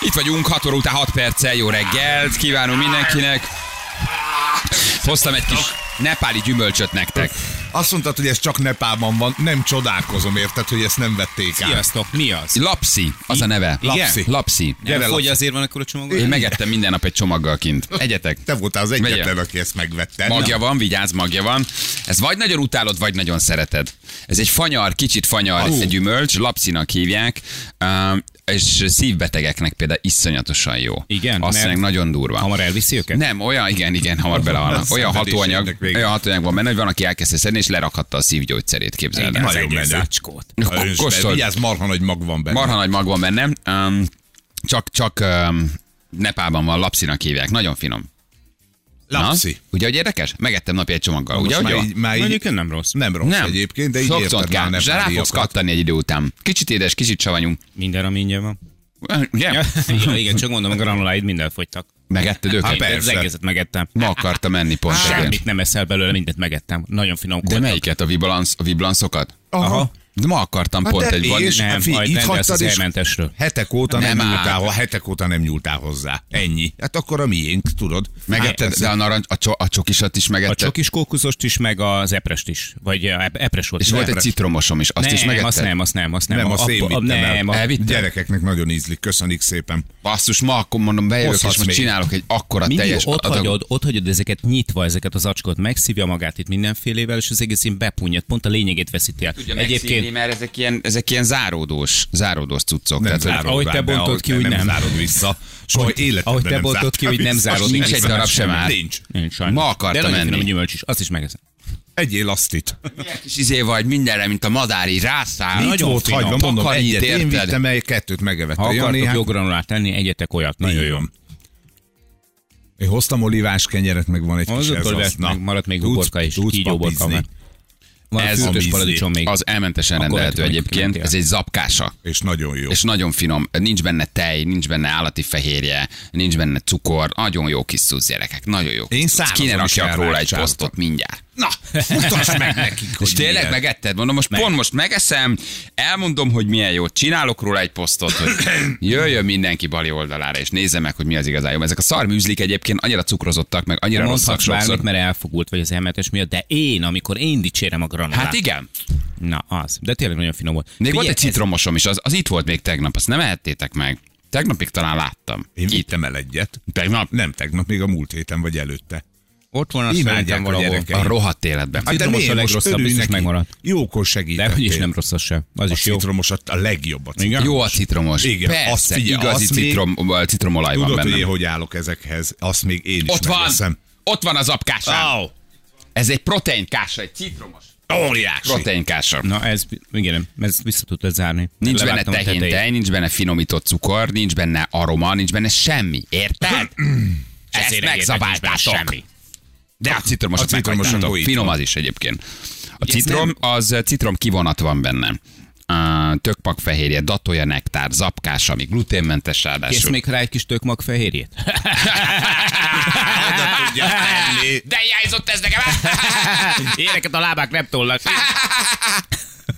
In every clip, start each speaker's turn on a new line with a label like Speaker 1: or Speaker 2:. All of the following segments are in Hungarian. Speaker 1: Itt vagyunk, 6 óra után 6 perccel, jó reggelt, kívánom mindenkinek. Hoztam egy kis nepáli gyümölcsöt nektek.
Speaker 2: Azt mondtad, hogy ez csak Nepában van, nem csodálkozom, érted, hogy ezt nem vették át.
Speaker 3: Sziasztok, mi az?
Speaker 1: Lapsi, az a neve.
Speaker 3: Igen?
Speaker 1: Lapsi. Lapsi.
Speaker 3: Nem
Speaker 2: Gyere,
Speaker 3: fogy
Speaker 2: Laci.
Speaker 3: azért van akkor a csomagol?
Speaker 1: Én megettem minden nap egy csomaggal kint. Egyetek.
Speaker 2: Te voltál az egyetlen,
Speaker 1: Vegyél.
Speaker 2: aki ezt megvette.
Speaker 1: Magja van, vigyázz, magja van. Ez vagy nagyon utálod, vagy nagyon szereted. Ez egy fanyar, kicsit fanyar egy gyümölcs, lapszinak hívják, ám, és szívbetegeknek például iszonyatosan jó.
Speaker 3: Igen,
Speaker 1: Azt
Speaker 3: mert-
Speaker 1: mondják, nagyon durva.
Speaker 3: Hamar elviszi őket?
Speaker 1: Nem, olyan, igen, igen, hamar belehalnak. Olyan
Speaker 2: szenvedés
Speaker 1: hatóanyag,
Speaker 2: ennek vége.
Speaker 1: olyan hatóanyag van benne, hogy van, aki elkezdte szedni, és lerakhatta a szívgyógyszerét, képzeld
Speaker 2: Igen,
Speaker 1: el.
Speaker 2: az Nagyon
Speaker 3: Egész
Speaker 2: menő.
Speaker 3: zacskót.
Speaker 2: Na,
Speaker 1: Ko-
Speaker 2: Kóstold.
Speaker 1: Kóstold,
Speaker 2: Vigyázz, marha nagy mag van benne.
Speaker 1: marha nagy mag van benne. Um, csak, csak um, Nepában van, lapszinak hívják. Nagyon finom. Na,
Speaker 2: Lapszi.
Speaker 1: Ugye, hogy érdekes? Megettem napi egy csomaggal, ugye? hogy
Speaker 2: Most már
Speaker 1: jó?
Speaker 2: így, már így,
Speaker 3: Mondjuk ön nem rossz.
Speaker 2: nem rossz nem. egyébként, de így
Speaker 1: Sok
Speaker 2: érted már
Speaker 1: cotkán.
Speaker 2: nem
Speaker 1: És rá fogsz kattani egy idő után. Kicsit édes, kicsit savanyú.
Speaker 3: Minden, ami ingyen van.
Speaker 1: Ugye?
Speaker 3: ja, igen, csak mondom, a granuláid minden fogytak.
Speaker 1: Megetted
Speaker 3: Hát
Speaker 1: őket?
Speaker 2: persze.
Speaker 3: Az egészet megettem.
Speaker 1: Ma akarta menni pont.
Speaker 3: Semmit
Speaker 1: ezért.
Speaker 3: nem eszel belőle, mindent megettem. Nagyon finom
Speaker 1: De
Speaker 3: voltak.
Speaker 1: melyiket? A, vibalansz, a viblanszokat?
Speaker 2: Aha.
Speaker 1: De ma akartam
Speaker 2: Hát
Speaker 1: pont
Speaker 2: de
Speaker 1: egy van.
Speaker 2: és-
Speaker 3: Nem,
Speaker 2: Fi,
Speaker 3: majd
Speaker 2: itt
Speaker 3: nem, de ezt
Speaker 2: hagytad
Speaker 3: az
Speaker 2: is-
Speaker 3: elmentesről.
Speaker 2: Hetek óta nem,
Speaker 1: Nem áll.
Speaker 2: nyúltál, ho- hetek óta nem nyúltál hozzá. Ennyi. Hát akkor a miénk, tudod. Hát
Speaker 1: Megetted, de a narancs, a, cso, a csokisat is
Speaker 3: A
Speaker 1: megetted.
Speaker 3: csokis kókuzost is, meg az eprest is. Vagy eh, ep- epres volt.
Speaker 1: És volt egy citromosom is, azt
Speaker 3: nem,
Speaker 1: is megetted.
Speaker 3: azt nem, azt nem, azt nem.
Speaker 2: Nem,
Speaker 3: A-
Speaker 2: a szén
Speaker 3: a- a-
Speaker 2: vittem el.
Speaker 3: Nem, a-
Speaker 1: Elvitt- Vittem.
Speaker 2: Gyerekeknek nagyon ízlik, köszönjük szépen.
Speaker 1: Basszus, ma akkor mondom, bejövök, és
Speaker 2: Hozhatsz
Speaker 1: most
Speaker 2: még.
Speaker 1: csinálok egy akkora
Speaker 3: Mindig
Speaker 1: teljes
Speaker 3: ott
Speaker 1: adag-
Speaker 3: hagyod, ott hagyod ezeket nyitva, ezeket az acskot, megszívja magát itt mindenfélével, és az egész így bepunyad, pont a lényegét veszíti el.
Speaker 1: Tudja Egyébként, mert ezek ilyen, ezek ilyen záródós, záródós cuccok.
Speaker 2: Nem
Speaker 1: Tehát, hogy-
Speaker 2: zárod
Speaker 3: ahogy
Speaker 2: rá
Speaker 3: te
Speaker 2: be,
Speaker 3: bontod
Speaker 2: ahogy
Speaker 3: ki,
Speaker 2: te
Speaker 3: úgy
Speaker 2: nem.
Speaker 3: nem.
Speaker 2: zárod vissza. Soha
Speaker 3: Ahogy-
Speaker 2: életemben
Speaker 3: ahogy te
Speaker 2: nem
Speaker 3: bontod
Speaker 2: zártam
Speaker 3: ki, hogy nem
Speaker 2: vissza.
Speaker 3: zárod
Speaker 1: Nincs egy
Speaker 3: vissza.
Speaker 1: darab sem át.
Speaker 2: Nincs.
Speaker 3: Nincs sajnos.
Speaker 1: Ma akartam
Speaker 3: De nagyon
Speaker 1: enni.
Speaker 3: finom gyümölcs is, azt is megeszem.
Speaker 2: Egyél azt itt.
Speaker 1: Ilyen kis izé vagy mindenre, mint a madári rászál.
Speaker 2: Nincs
Speaker 3: Nagyon
Speaker 2: volt
Speaker 3: finom.
Speaker 2: hagyva, mondom,
Speaker 1: Takarít,
Speaker 2: egyet én
Speaker 1: érted?
Speaker 2: vittem el, kettőt megevett
Speaker 3: Ha
Speaker 2: a Jani.
Speaker 3: akartok
Speaker 2: hát-
Speaker 3: jó granulát tenni, egyetek olyat. Nagyon
Speaker 2: Így
Speaker 3: jó.
Speaker 2: van. Én hoztam olivás kenyeret, meg van egy kis
Speaker 3: Az
Speaker 2: ez
Speaker 3: akkor
Speaker 2: az.
Speaker 3: vett, meg maradt még uborka is,
Speaker 2: tudsz
Speaker 3: így uborka
Speaker 2: papizni,
Speaker 3: van. Van
Speaker 1: Ez
Speaker 3: ez fűtős
Speaker 2: a
Speaker 3: paradicsom még.
Speaker 1: Az elmentesen
Speaker 3: Akkor
Speaker 1: rendelhető
Speaker 3: lehet, hogy
Speaker 1: egyébként.
Speaker 3: kimentél.
Speaker 1: Ez egy zapkása.
Speaker 2: És nagyon jó.
Speaker 1: És nagyon finom, nincs benne tej, nincs benne állati fehérje, nincs benne cukor, nagyon jó kis szusz gyerekek, nagyon jó kis
Speaker 2: Én
Speaker 1: szusz.
Speaker 2: szárazon
Speaker 1: Kéne
Speaker 2: is
Speaker 1: rakjak róla egy
Speaker 2: elrágcsáltam.
Speaker 1: posztot mindjárt.
Speaker 2: Na, mutasd meg nekik, hogy
Speaker 1: És tényleg
Speaker 2: milyen.
Speaker 1: megetted? Mondom, most pont most megeszem, elmondom, hogy milyen jó, csinálok róla egy posztot, hogy jöjjön mindenki bali oldalára, és nézze meg, hogy mi az igazán jó. Ezek a szarműzlik egyébként annyira cukrozottak, meg annyira rosszak
Speaker 3: Mondhatsz
Speaker 1: sokszor.
Speaker 3: bármit, mert elfogult vagy az elmetes miatt, de én, amikor én dicsérem a granulát.
Speaker 1: Hát igen.
Speaker 3: Na az. De tényleg nagyon finom volt.
Speaker 1: Még
Speaker 3: Figyelj,
Speaker 1: volt egy
Speaker 3: ez-
Speaker 1: citromosom is, az, az itt volt még tegnap, azt nem ehettétek meg. Tegnapig talán láttam.
Speaker 2: Én vittem el egyet.
Speaker 1: Tegnap?
Speaker 2: Nem tegnap, még a múlt héten vagy előtte. Hát
Speaker 3: Ott van a
Speaker 2: Imádják
Speaker 3: srágyám
Speaker 2: a
Speaker 3: valahol.
Speaker 2: gyerekek.
Speaker 1: A rohadt életben.
Speaker 2: Hát
Speaker 3: citromos
Speaker 2: miért?
Speaker 3: a
Speaker 2: Most
Speaker 3: legrosszabb,
Speaker 2: örülj
Speaker 3: biztos
Speaker 2: neki.
Speaker 3: megmaradt.
Speaker 2: Jókor
Speaker 3: De
Speaker 2: segítettél.
Speaker 3: hogy is nem rossz az sem. Az
Speaker 2: A
Speaker 3: is jó.
Speaker 2: citromos a- a legjobb a
Speaker 3: Igen?
Speaker 2: citromos.
Speaker 1: Jó a citromos.
Speaker 2: Igen,
Speaker 1: Persze,
Speaker 2: azt figyelj,
Speaker 1: igazi
Speaker 2: azt még-
Speaker 1: citrom, citromolaj van
Speaker 2: Tudod, hogy
Speaker 1: benne.
Speaker 2: én hogy állok ezekhez? Azt még én is
Speaker 1: Ott van,
Speaker 2: megeszem.
Speaker 1: ott van az apkása.
Speaker 2: Au!
Speaker 1: Ez egy proteinkása, egy citromos
Speaker 2: Óriási.
Speaker 1: proteinkása.
Speaker 3: Na ez, igen, ez vissza tudtad zárni.
Speaker 1: Nincs benne
Speaker 3: Leváltam a
Speaker 1: tehén
Speaker 3: tetejét.
Speaker 1: tej, nincs benne finomított cukor, nincs benne aroma, nincs benne semmi. Érted? Ezt
Speaker 3: Ezért egyébként nincs benne
Speaker 1: megzabáltátok.
Speaker 3: semmi.
Speaker 1: De a citromos,
Speaker 2: A
Speaker 1: a
Speaker 2: citromos
Speaker 1: citromos
Speaker 2: jó így
Speaker 1: Finom
Speaker 2: van.
Speaker 1: az is egyébként. A citrom, az eh, citrom kivonat van benne. Uh, tökpakfehérje, datolja nektár, zapkás, ami gluténmentes
Speaker 3: Kész
Speaker 1: ráadásul.
Speaker 3: még rá egy kis tökmag fehérjét?
Speaker 2: Oda tudja tenni.
Speaker 1: De hiányzott ez nekem. hát.
Speaker 3: Éreket a lábák nem tolnak.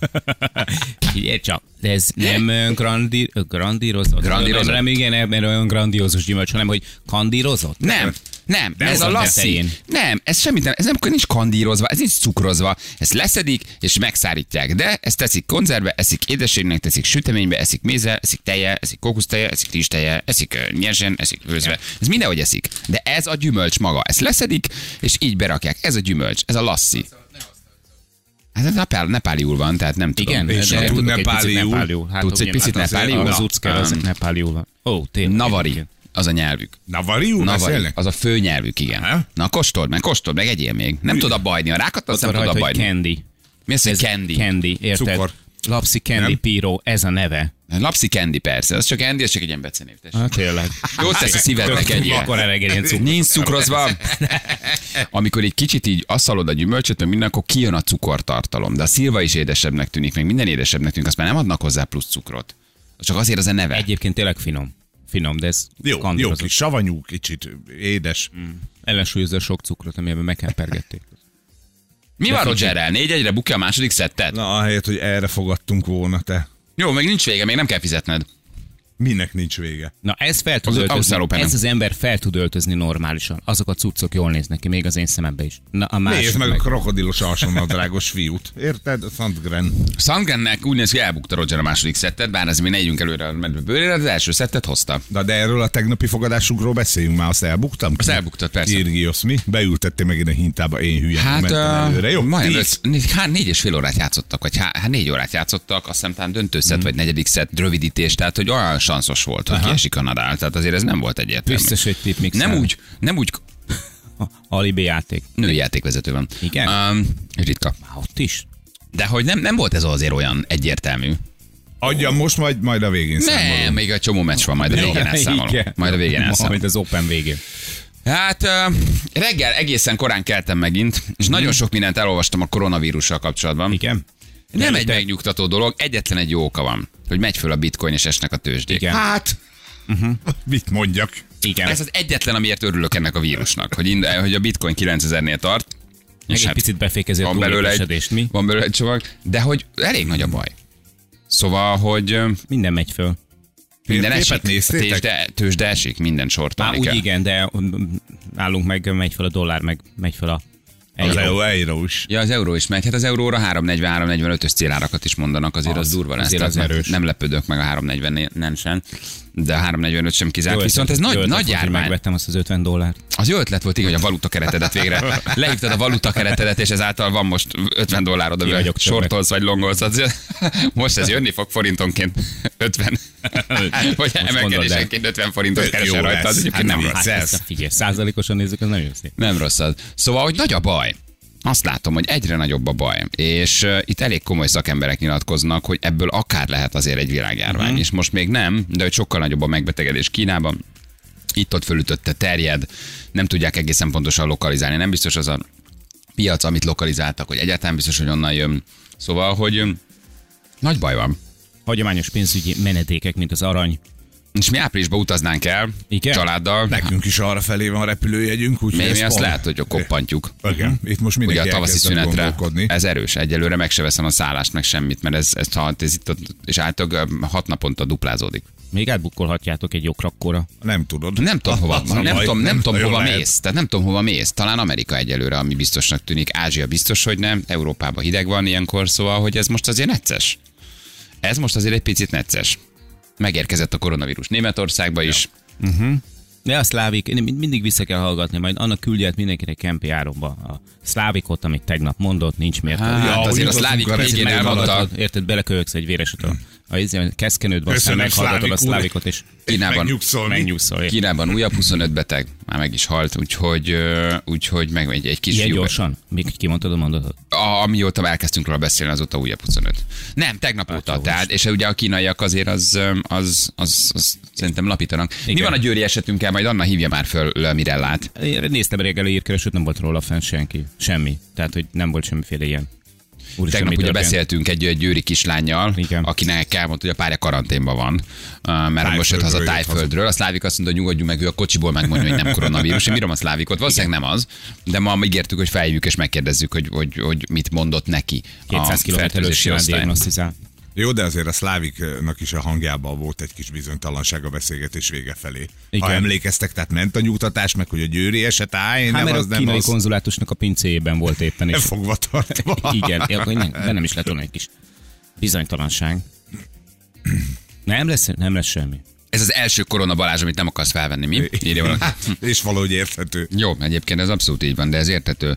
Speaker 3: Figyelj csak, de ez nem olyan grandi, grandírozott.
Speaker 1: Grandírozott?
Speaker 3: Nem, nem, igen, nem olyan grandiózus gyümölcs, hanem hogy kandírozott.
Speaker 1: Nem, nem,
Speaker 3: De
Speaker 1: ez
Speaker 3: az
Speaker 1: a
Speaker 3: a
Speaker 1: lasszi.
Speaker 3: tetején.
Speaker 1: Nem, ez semmit nem, ez nem nincs kandírozva, ez nincs cukrozva, ezt leszedik és megszárítják, de ezt teszik konzervbe, eszik édességnek, teszik süteménybe, eszik mézzel, eszik tejjel, eszik kókusztejjel, eszik rizstejjel, eszik ö, nyersen, eszik főzve. Ez mindenhogy eszik, de ez a gyümölcs maga, ezt leszedik és így berakják, ez a gyümölcs, ez a lasszi. Hát ez nepál, nepáliul van, tehát nem tudom.
Speaker 3: Igen,
Speaker 2: És
Speaker 3: de
Speaker 2: a
Speaker 3: tudok egy picit
Speaker 2: nepáliul?
Speaker 3: nepáliul. Hát,
Speaker 1: Tudsz egy
Speaker 3: ugye,
Speaker 1: picit
Speaker 3: hát azért
Speaker 1: nepáliul?
Speaker 3: Az
Speaker 1: Na.
Speaker 3: ucka, az
Speaker 1: Um,
Speaker 3: nepáliul van. Ó, tényleg.
Speaker 1: Navari,
Speaker 3: egyébként.
Speaker 1: az a nyelvük.
Speaker 2: Navariú
Speaker 1: Navari,
Speaker 2: beszélnek?
Speaker 1: az a főnyelvük, igen.
Speaker 2: Aha.
Speaker 1: Na kóstold meg, kóstold meg, egyél még. Nem tud abbajni, a rákat azt nem
Speaker 3: Ott van
Speaker 1: tud
Speaker 3: rajta, hogy
Speaker 1: abbajni.
Speaker 3: candy.
Speaker 1: Mi az, hogy
Speaker 3: Ez
Speaker 1: candy?
Speaker 3: Candy, érted?
Speaker 2: Cukor.
Speaker 3: Lapsi Candy Piro, ez a neve.
Speaker 1: Lapszi Candy persze, az csak Andy, ez csak egy ilyen becenév. tessék.
Speaker 3: Hát tényleg.
Speaker 1: Jót tesz a szívednek egy ilyen.
Speaker 3: Akkor reggel ilyen cukor.
Speaker 1: Nincs cukrozva. Amikor egy kicsit így asszalod a gyümölcsöt, meg minden, akkor kijön a cukortartalom. De a szilva is édesebbnek tűnik, meg minden édesebbnek tűnik, azt már nem adnak hozzá plusz cukrot. Csak azért az a neve. Egy
Speaker 3: Egyébként tényleg finom. Finom, de ez
Speaker 2: Jó, jó
Speaker 3: kandírozott.
Speaker 2: kis savanyú, kicsit édes.
Speaker 1: Mm.
Speaker 3: Ellensúlyozza sok cukrot, amiben meghepergették.
Speaker 1: Mi van Rogerrel? Négy egyre bukja a második szettet?
Speaker 2: Na, ahelyett, hogy erre fogadtunk volna te.
Speaker 1: Jó, még nincs vége, még nem kell fizetned.
Speaker 2: Minek nincs vége?
Speaker 3: Na ez fel tud
Speaker 1: Az
Speaker 3: öltözni.
Speaker 1: Ausztrál Openen.
Speaker 3: Ez az ember fel tud öltözni normálisan. Azok a cuccok jól néznek ki, még az én szemembe is. Na a másik
Speaker 2: Nézd meg,
Speaker 3: meg.
Speaker 2: a krokodilos alsónadrágos fiút. Érted? Sandgren.
Speaker 1: Sandgrennek úgy néz ki, elbukta Roger a második szettet, bár ez mi ne együnk előre a medve bőrére, de az első szettet hozta.
Speaker 2: Na de erről a tegnapi fogadásunkról beszéljünk már, azt elbuktam.
Speaker 1: Azt elbuktad, persze.
Speaker 2: Kirgios, mi? Beültettél megint a hintába, én hülye.
Speaker 1: Hát,
Speaker 2: mentem
Speaker 1: ö,
Speaker 2: előre. Jó,
Speaker 1: majdnem
Speaker 2: tíz.
Speaker 1: öt- né- hát négy és fél órát játszottak, vagy há, hát négy órát játszottak, azt hiszem talán döntőszett, vagy negyedik szett rövidítés, tehát hogy olyan sanszos volt, hogy kiesik a nadál, tehát azért ez nem volt egyértelmű.
Speaker 3: Biztos, hogy tipmix.
Speaker 1: nem úgy, nem úgy
Speaker 3: Alibi játék.
Speaker 1: női játékvezető van.
Speaker 3: Igen?
Speaker 1: Um, ritka.
Speaker 3: Á, Ott is.
Speaker 1: De hogy nem, nem volt ez azért olyan egyértelmű.
Speaker 2: Adjam most, majd, majd a végén számolunk.
Speaker 1: Nem, még egy csomó meccs van, majd a végén elszámolom. Majd a végén elszámolom.
Speaker 3: Majd az Open végén.
Speaker 1: Hát ö, reggel egészen korán keltem megint, és nagyon sok mindent elolvastam a koronavírussal kapcsolatban.
Speaker 3: Igen?
Speaker 1: Nem egy megnyugtató dolog, egyetlen egy jó oka van, hogy megy föl a bitcoin és esnek a tőzsdék.
Speaker 3: Igen.
Speaker 2: Hát, mit mondjak?
Speaker 3: Igen.
Speaker 1: Ez az egyetlen, amiért örülök ennek a vírusnak, hogy, ind- hogy a bitcoin 9000-nél tart.
Speaker 3: Meg
Speaker 1: És hát
Speaker 3: egy picit befékezi a
Speaker 1: van belőle, egy,
Speaker 3: túlépesedést, mi?
Speaker 1: van belőle egy csomag, de hogy elég nagy a baj. Szóval, hogy ö,
Speaker 3: Minden megy föl.
Speaker 1: minden
Speaker 2: Térképet
Speaker 1: esik,
Speaker 2: néztétek?
Speaker 1: tőzsde, tőzsde esik, minden
Speaker 3: Á,
Speaker 1: sortolni
Speaker 3: úgy
Speaker 1: kell.
Speaker 3: igen, de mm, nálunk meg megy fel a dollár, meg megy fel a
Speaker 2: Az
Speaker 3: euró.
Speaker 2: EU, Eiro is.
Speaker 1: Ja, az euró is megy. Hát az euróra 343-45-ös célárakat is mondanak, azért az, az
Speaker 3: Az,
Speaker 1: durva lesz.
Speaker 3: azért
Speaker 1: Tehát
Speaker 3: az erős.
Speaker 1: Nem lepődök meg a 340 nem sem, de a 345 sem kizárt.
Speaker 3: Jó
Speaker 1: Hát Viszont ez
Speaker 3: ötlet-
Speaker 1: nagy,
Speaker 3: jó ötlet
Speaker 1: nagy
Speaker 3: volt, hogy
Speaker 1: járvány.
Speaker 3: Megvettem azt az 50 dollárt.
Speaker 1: Az jó ötlet volt, igen, hogy a valuta keretedet végre. Lehívtad a valuta keretedet, és ezáltal van most 50 dollárod,
Speaker 3: Ki
Speaker 1: amivel
Speaker 3: vagyok többet.
Speaker 1: sortolsz vagy longolsz. Az- Most ez jönni fog forintonként 50. Vagy
Speaker 3: Most gondold
Speaker 1: emelkedésenként 50 forintot
Speaker 2: Tök
Speaker 1: keresel
Speaker 2: jó
Speaker 1: rajta.
Speaker 2: lesz.
Speaker 1: Az egyébként
Speaker 2: Hát
Speaker 1: nem
Speaker 2: nem
Speaker 1: rossz.
Speaker 3: Hát
Speaker 2: Ez-
Speaker 3: ezt a figyelj, százalékosan nézzük, az nem jó szép.
Speaker 1: Nem rossz az. Szóval, hogy nagy a baj. Azt látom, hogy egyre nagyobb a baj, és uh, itt elég komoly szakemberek nyilatkoznak, hogy ebből akár lehet azért egy világjárvány, mm. és most még nem, de hogy sokkal nagyobb a megbetegedés Kínában, itt-ott fölütötte, terjed, nem tudják egészen pontosan lokalizálni, nem biztos az a piac, amit lokalizáltak, hogy egyáltalán biztos, hogy onnan jön. Szóval, hogy um, nagy baj van.
Speaker 3: Hagyományos pénzügyi menedékek, mint az arany.
Speaker 1: És mi áprilisba utaznánk el
Speaker 3: Igen?
Speaker 1: családdal,
Speaker 2: Nekünk is arra felé van repülőjegyünk, úgyhogy
Speaker 1: mi,
Speaker 2: ez
Speaker 1: mi azt
Speaker 2: pont-
Speaker 1: lehet, hogy a koppantjuk.
Speaker 2: Igen, itt most
Speaker 1: Ugye
Speaker 2: mindenki
Speaker 1: a tavaszi
Speaker 2: elkezdett
Speaker 1: szünetre
Speaker 2: gondolkodni.
Speaker 1: ez erős. Egyelőre meg se veszem a szállást, meg semmit, mert ez, ez, ha- ez itt, ott- és általában ö, hat naponta duplázódik.
Speaker 3: Még átbukkolhatjátok egy okrakkóra.
Speaker 2: Nem tudod.
Speaker 1: Nem tudom, hova,
Speaker 2: Az a
Speaker 1: nem
Speaker 2: baj,
Speaker 1: tudom, nem tudom,
Speaker 2: nagyon
Speaker 1: hova
Speaker 2: lehet.
Speaker 1: mész. Tehát nem tudom, hova mész. Talán Amerika egyelőre, ami biztosnak tűnik. Ázsia biztos, hogy nem. Európában hideg van ilyenkor, szóval, hogy ez most azért necces. Ez most azért egy picit necces. Megérkezett a koronavírus Németországba is.
Speaker 3: De a szlávik, én mind- mindig vissza kell hallgatni, majd annak küldje át mindenkinek Kempi áronba a szlávikot, amit tegnap mondott, nincs miért.
Speaker 1: Hát
Speaker 2: Ja,
Speaker 1: azért
Speaker 2: úgy
Speaker 1: a szlávik
Speaker 2: jutottunk a
Speaker 1: picit
Speaker 2: reggeli
Speaker 1: elmondta,
Speaker 3: Hallgatod, érted, beleköhögsz egy véres
Speaker 1: Hm.
Speaker 3: utol. A izé- a keszkenődbe, aztán
Speaker 2: Köszönöm,
Speaker 3: meghallgatod a
Speaker 2: Szlávik úr.
Speaker 3: szlávikot, és
Speaker 1: Kínában,
Speaker 2: Megnyugszolni.
Speaker 3: megnyúszol. érted?
Speaker 1: Kínában újabb 25 beteg, már meg is halt, úgyhogy, ö, úgyhogy meg egy, egy kis
Speaker 3: Ilyen
Speaker 1: fiú-
Speaker 3: gyorsan? Még kimondtad a mondatot?
Speaker 1: a, amióta elkezdtünk róla beszélni, azóta újabb 25. Nem, tegnap óta. Tehát, és ugye a kínaiak azért az, öm, az, az, az szerintem lapítanak. Igen. Mi
Speaker 3: Igen.
Speaker 1: van a győri esetünkkel? Majd Anna hívja már föl, mire lát.
Speaker 3: Én Néztem reggel a hírkeresőt, nem volt róla fenn senki. Semmi. Tehát, hogy nem volt semmiféle ilyen. Úristen,
Speaker 1: Tegnap
Speaker 3: mi
Speaker 1: ugye
Speaker 3: történt?
Speaker 1: beszéltünk egy egy győri kislányjal,
Speaker 3: Igen.
Speaker 1: akinek elmondta, hogy a párja karanténban van, uh, mert most jött haza
Speaker 2: Tájföldről jött
Speaker 1: Tájföldről. A Szlávik azt mondta, hogy nyugodjunk meg, ő a kocsiból megmondja, hogy nem koronavírus. Én bírom a Szlávikot, valószínűleg nem az, de ma ígértük, hogy feljövjük és megkérdezzük, hogy, hogy, hogy mit mondott neki. a
Speaker 3: 200 km előtt
Speaker 1: fertőzési
Speaker 3: simán
Speaker 1: osztály.
Speaker 3: diagnosztizál.
Speaker 2: Jó, de azért a szláviknak is a hangjában volt egy kis bizonytalanság a beszélgetés vége felé. Igen.
Speaker 3: Igen.
Speaker 2: Ha emlékeztek, tehát ment a nyugtatás, meg hogy a győri eset, áj,
Speaker 3: Hát
Speaker 2: nem
Speaker 3: mert
Speaker 2: az,
Speaker 3: a
Speaker 2: nem
Speaker 3: kínai
Speaker 2: az.
Speaker 3: konzulátusnak a pincéjében volt éppen, és
Speaker 2: Fogva tartva.
Speaker 3: Igen, ja, akkor nem, bennem is lett volna egy kis bizonytalanság. Nem lesz, nem lesz semmi.
Speaker 1: Ez az első korona Balázs, amit nem akarsz felvenni, mi? Írja valaki.
Speaker 2: És valahogy érthető.
Speaker 1: Jó, egyébként ez abszolút így van, de ez értető.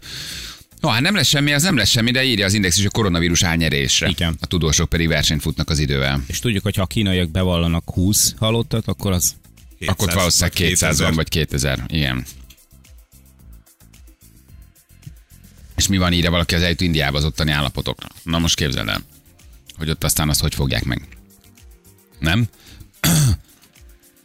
Speaker 1: No, hát nem lesz semmi, az nem lesz semmi, de írja az Index is a koronavírus álnyerésre.
Speaker 3: Igen.
Speaker 1: A tudósok pedig versenyt futnak az idővel.
Speaker 3: És tudjuk, hogy ha a kínaiak bevallanak 20 halottat, akkor az...
Speaker 2: 200,
Speaker 1: Akkor ott valószínűleg 200 van,
Speaker 2: 2000.
Speaker 1: vagy 2000. Igen. És mi van írja valaki az eljut Indiába az ottani állapotokra? Na most képzeld el. hogy ott aztán azt hogy fogják meg. Nem?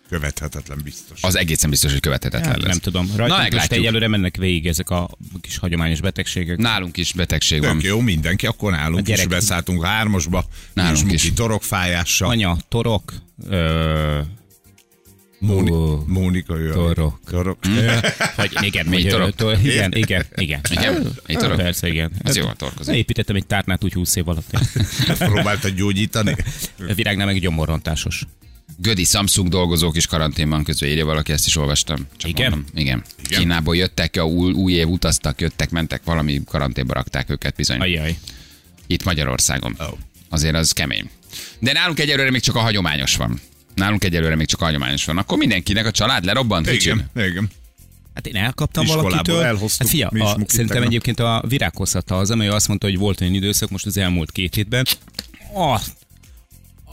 Speaker 2: Követhetetlen biztos.
Speaker 1: Az egészen biztos, hogy követhetetlen
Speaker 3: Hát,
Speaker 1: lesz.
Speaker 3: nem tudom.
Speaker 1: Na,
Speaker 3: Rajta most
Speaker 1: meglátjuk.
Speaker 3: egyelőre mennek végig ezek a kis hagyományos betegségek.
Speaker 1: Nálunk is betegség van.
Speaker 2: Tök jó, mindenki, akkor nálunk
Speaker 3: A
Speaker 2: is
Speaker 3: gyerek-
Speaker 2: beszálltunk a hármasba,
Speaker 1: Nálunk
Speaker 2: nálunk
Speaker 1: is.
Speaker 2: is. Muki torokfájással,
Speaker 3: Anya, torok, ö,
Speaker 2: Móni,
Speaker 3: Ó,
Speaker 2: Mónika ő a-
Speaker 3: torok.
Speaker 2: torok.
Speaker 3: vagy igen,
Speaker 1: Mi
Speaker 3: vagy ö,
Speaker 1: torok?
Speaker 3: tor- igen, igen, igen.
Speaker 1: Igen? Mi torok?
Speaker 3: Hát, Persze, igen.
Speaker 1: Az jól torkozik.
Speaker 3: Építettem egy tárnát úgy 20 év alatt.
Speaker 2: Próbáltad gyógyítani?
Speaker 3: Virágnál meg gyomorrontásos.
Speaker 1: Gödi Samsung dolgozók is karanténban közül írja valaki, ezt is olvastam. Csak
Speaker 3: Igen?
Speaker 1: Mondom. Igen. Igen. Kínából jöttek, a új, új év utaztak, jöttek, mentek, valami karanténba rakták őket bizony.
Speaker 3: Ajaj.
Speaker 1: Itt Magyarországon.
Speaker 2: Ó.
Speaker 1: Azért az kemény. De nálunk egyelőre még csak a hagyományos van. Nálunk egyelőre még csak a hagyományos van. Akkor mindenkinek a család lerobbant? Kicsim?
Speaker 2: Igen, igen.
Speaker 3: Hát én elkaptam
Speaker 2: Iskolából
Speaker 3: valakitől.
Speaker 2: elhoztuk,
Speaker 3: hát figyelj,
Speaker 2: mi is
Speaker 3: a,
Speaker 2: mukitták,
Speaker 3: szerintem
Speaker 2: nem?
Speaker 3: egyébként a virághozhatta az, amely azt mondta, hogy volt olyan időszak most az elmúlt két hétben. A, a,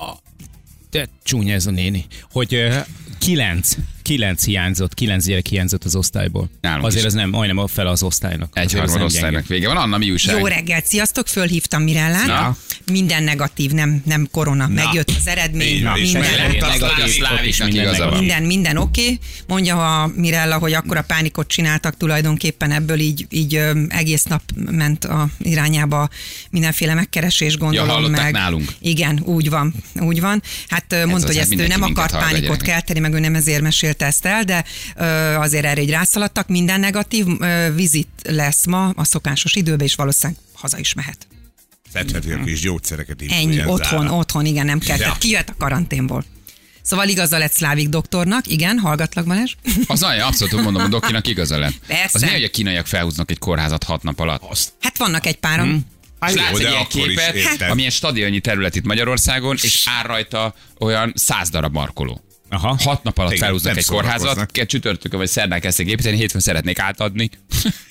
Speaker 3: de csúnya ez a néni. Hogy ö, kilenc, kilenc hiányzott, kilenc gyerek hiányzott az osztályból.
Speaker 1: Nálunk
Speaker 3: Azért
Speaker 1: is.
Speaker 3: ez nem, majdnem a fel az osztálynak.
Speaker 1: Egy
Speaker 3: Azért ez
Speaker 1: harmad
Speaker 3: nem gyenge.
Speaker 1: osztálynak vége van. Anna, mi újság?
Speaker 4: Jó reggelt, sziasztok, fölhívtam Mirellát.
Speaker 1: Na.
Speaker 4: Minden negatív, nem, nem korona. Megjött az eredmény,
Speaker 2: Így van, és
Speaker 4: minden,
Speaker 2: megjött
Speaker 1: Meglepett
Speaker 2: a
Speaker 1: a
Speaker 2: szlávik,
Speaker 1: szláviknak igaza van.
Speaker 4: minden, minden oké. Okay. Mondja a Mirella, hogy akkora pánikot csináltak tulajdonképpen ebből így, így ö, egész nap ment a irányába mindenféle megkeresés, gondolom.
Speaker 1: Ja, hallották
Speaker 4: meg.
Speaker 1: nálunk.
Speaker 4: Igen, úgy van, úgy van. Hát ö, mondta,
Speaker 1: az,
Speaker 4: hogy
Speaker 1: hát
Speaker 4: ezt ő
Speaker 1: mindenki
Speaker 4: nem
Speaker 1: minket
Speaker 4: akart
Speaker 1: hallgat,
Speaker 4: pánikot
Speaker 1: gyerekek.
Speaker 4: kelteni, meg ő nem ezért mesélte ezt el, de ö, azért erre így rászaladtak. Minden negatív ö, vizit lesz ma a szokásos időben, és valószínűleg haza is mehet.
Speaker 2: Szedheti a kis gyógyszereket.
Speaker 4: Ennyi,
Speaker 2: influenzára.
Speaker 4: otthon, otthon, igen, nem kell.
Speaker 2: Ja.
Speaker 4: Ja. Kijött a karanténból. Szóval igaza lett Szlávik doktornak, igen, hallgatlak Balázs.
Speaker 1: Az nagyon abszolút mondom, a dokinak igaza lett.
Speaker 4: Persze.
Speaker 1: Az mi, hogy a kínaiak felhúznak egy kórházat hat nap alatt? Azt.
Speaker 4: Hát vannak egy páran. Mm.
Speaker 2: Hát
Speaker 1: És
Speaker 2: jó,
Speaker 1: látsz egy
Speaker 2: de
Speaker 1: ilyen
Speaker 2: akkor is
Speaker 1: képet, hát,
Speaker 2: érted.
Speaker 1: amilyen stadionnyi terület itt Magyarországon, és áll rajta olyan száz darab markoló.
Speaker 3: Aha.
Speaker 1: Hat nap alatt
Speaker 2: Igen,
Speaker 1: felhúznak
Speaker 2: nem
Speaker 1: egy kórházat,
Speaker 2: szórakoznak.
Speaker 1: két csütörtökön vagy szerdán kezdték építeni, hétfőn szeretnék átadni.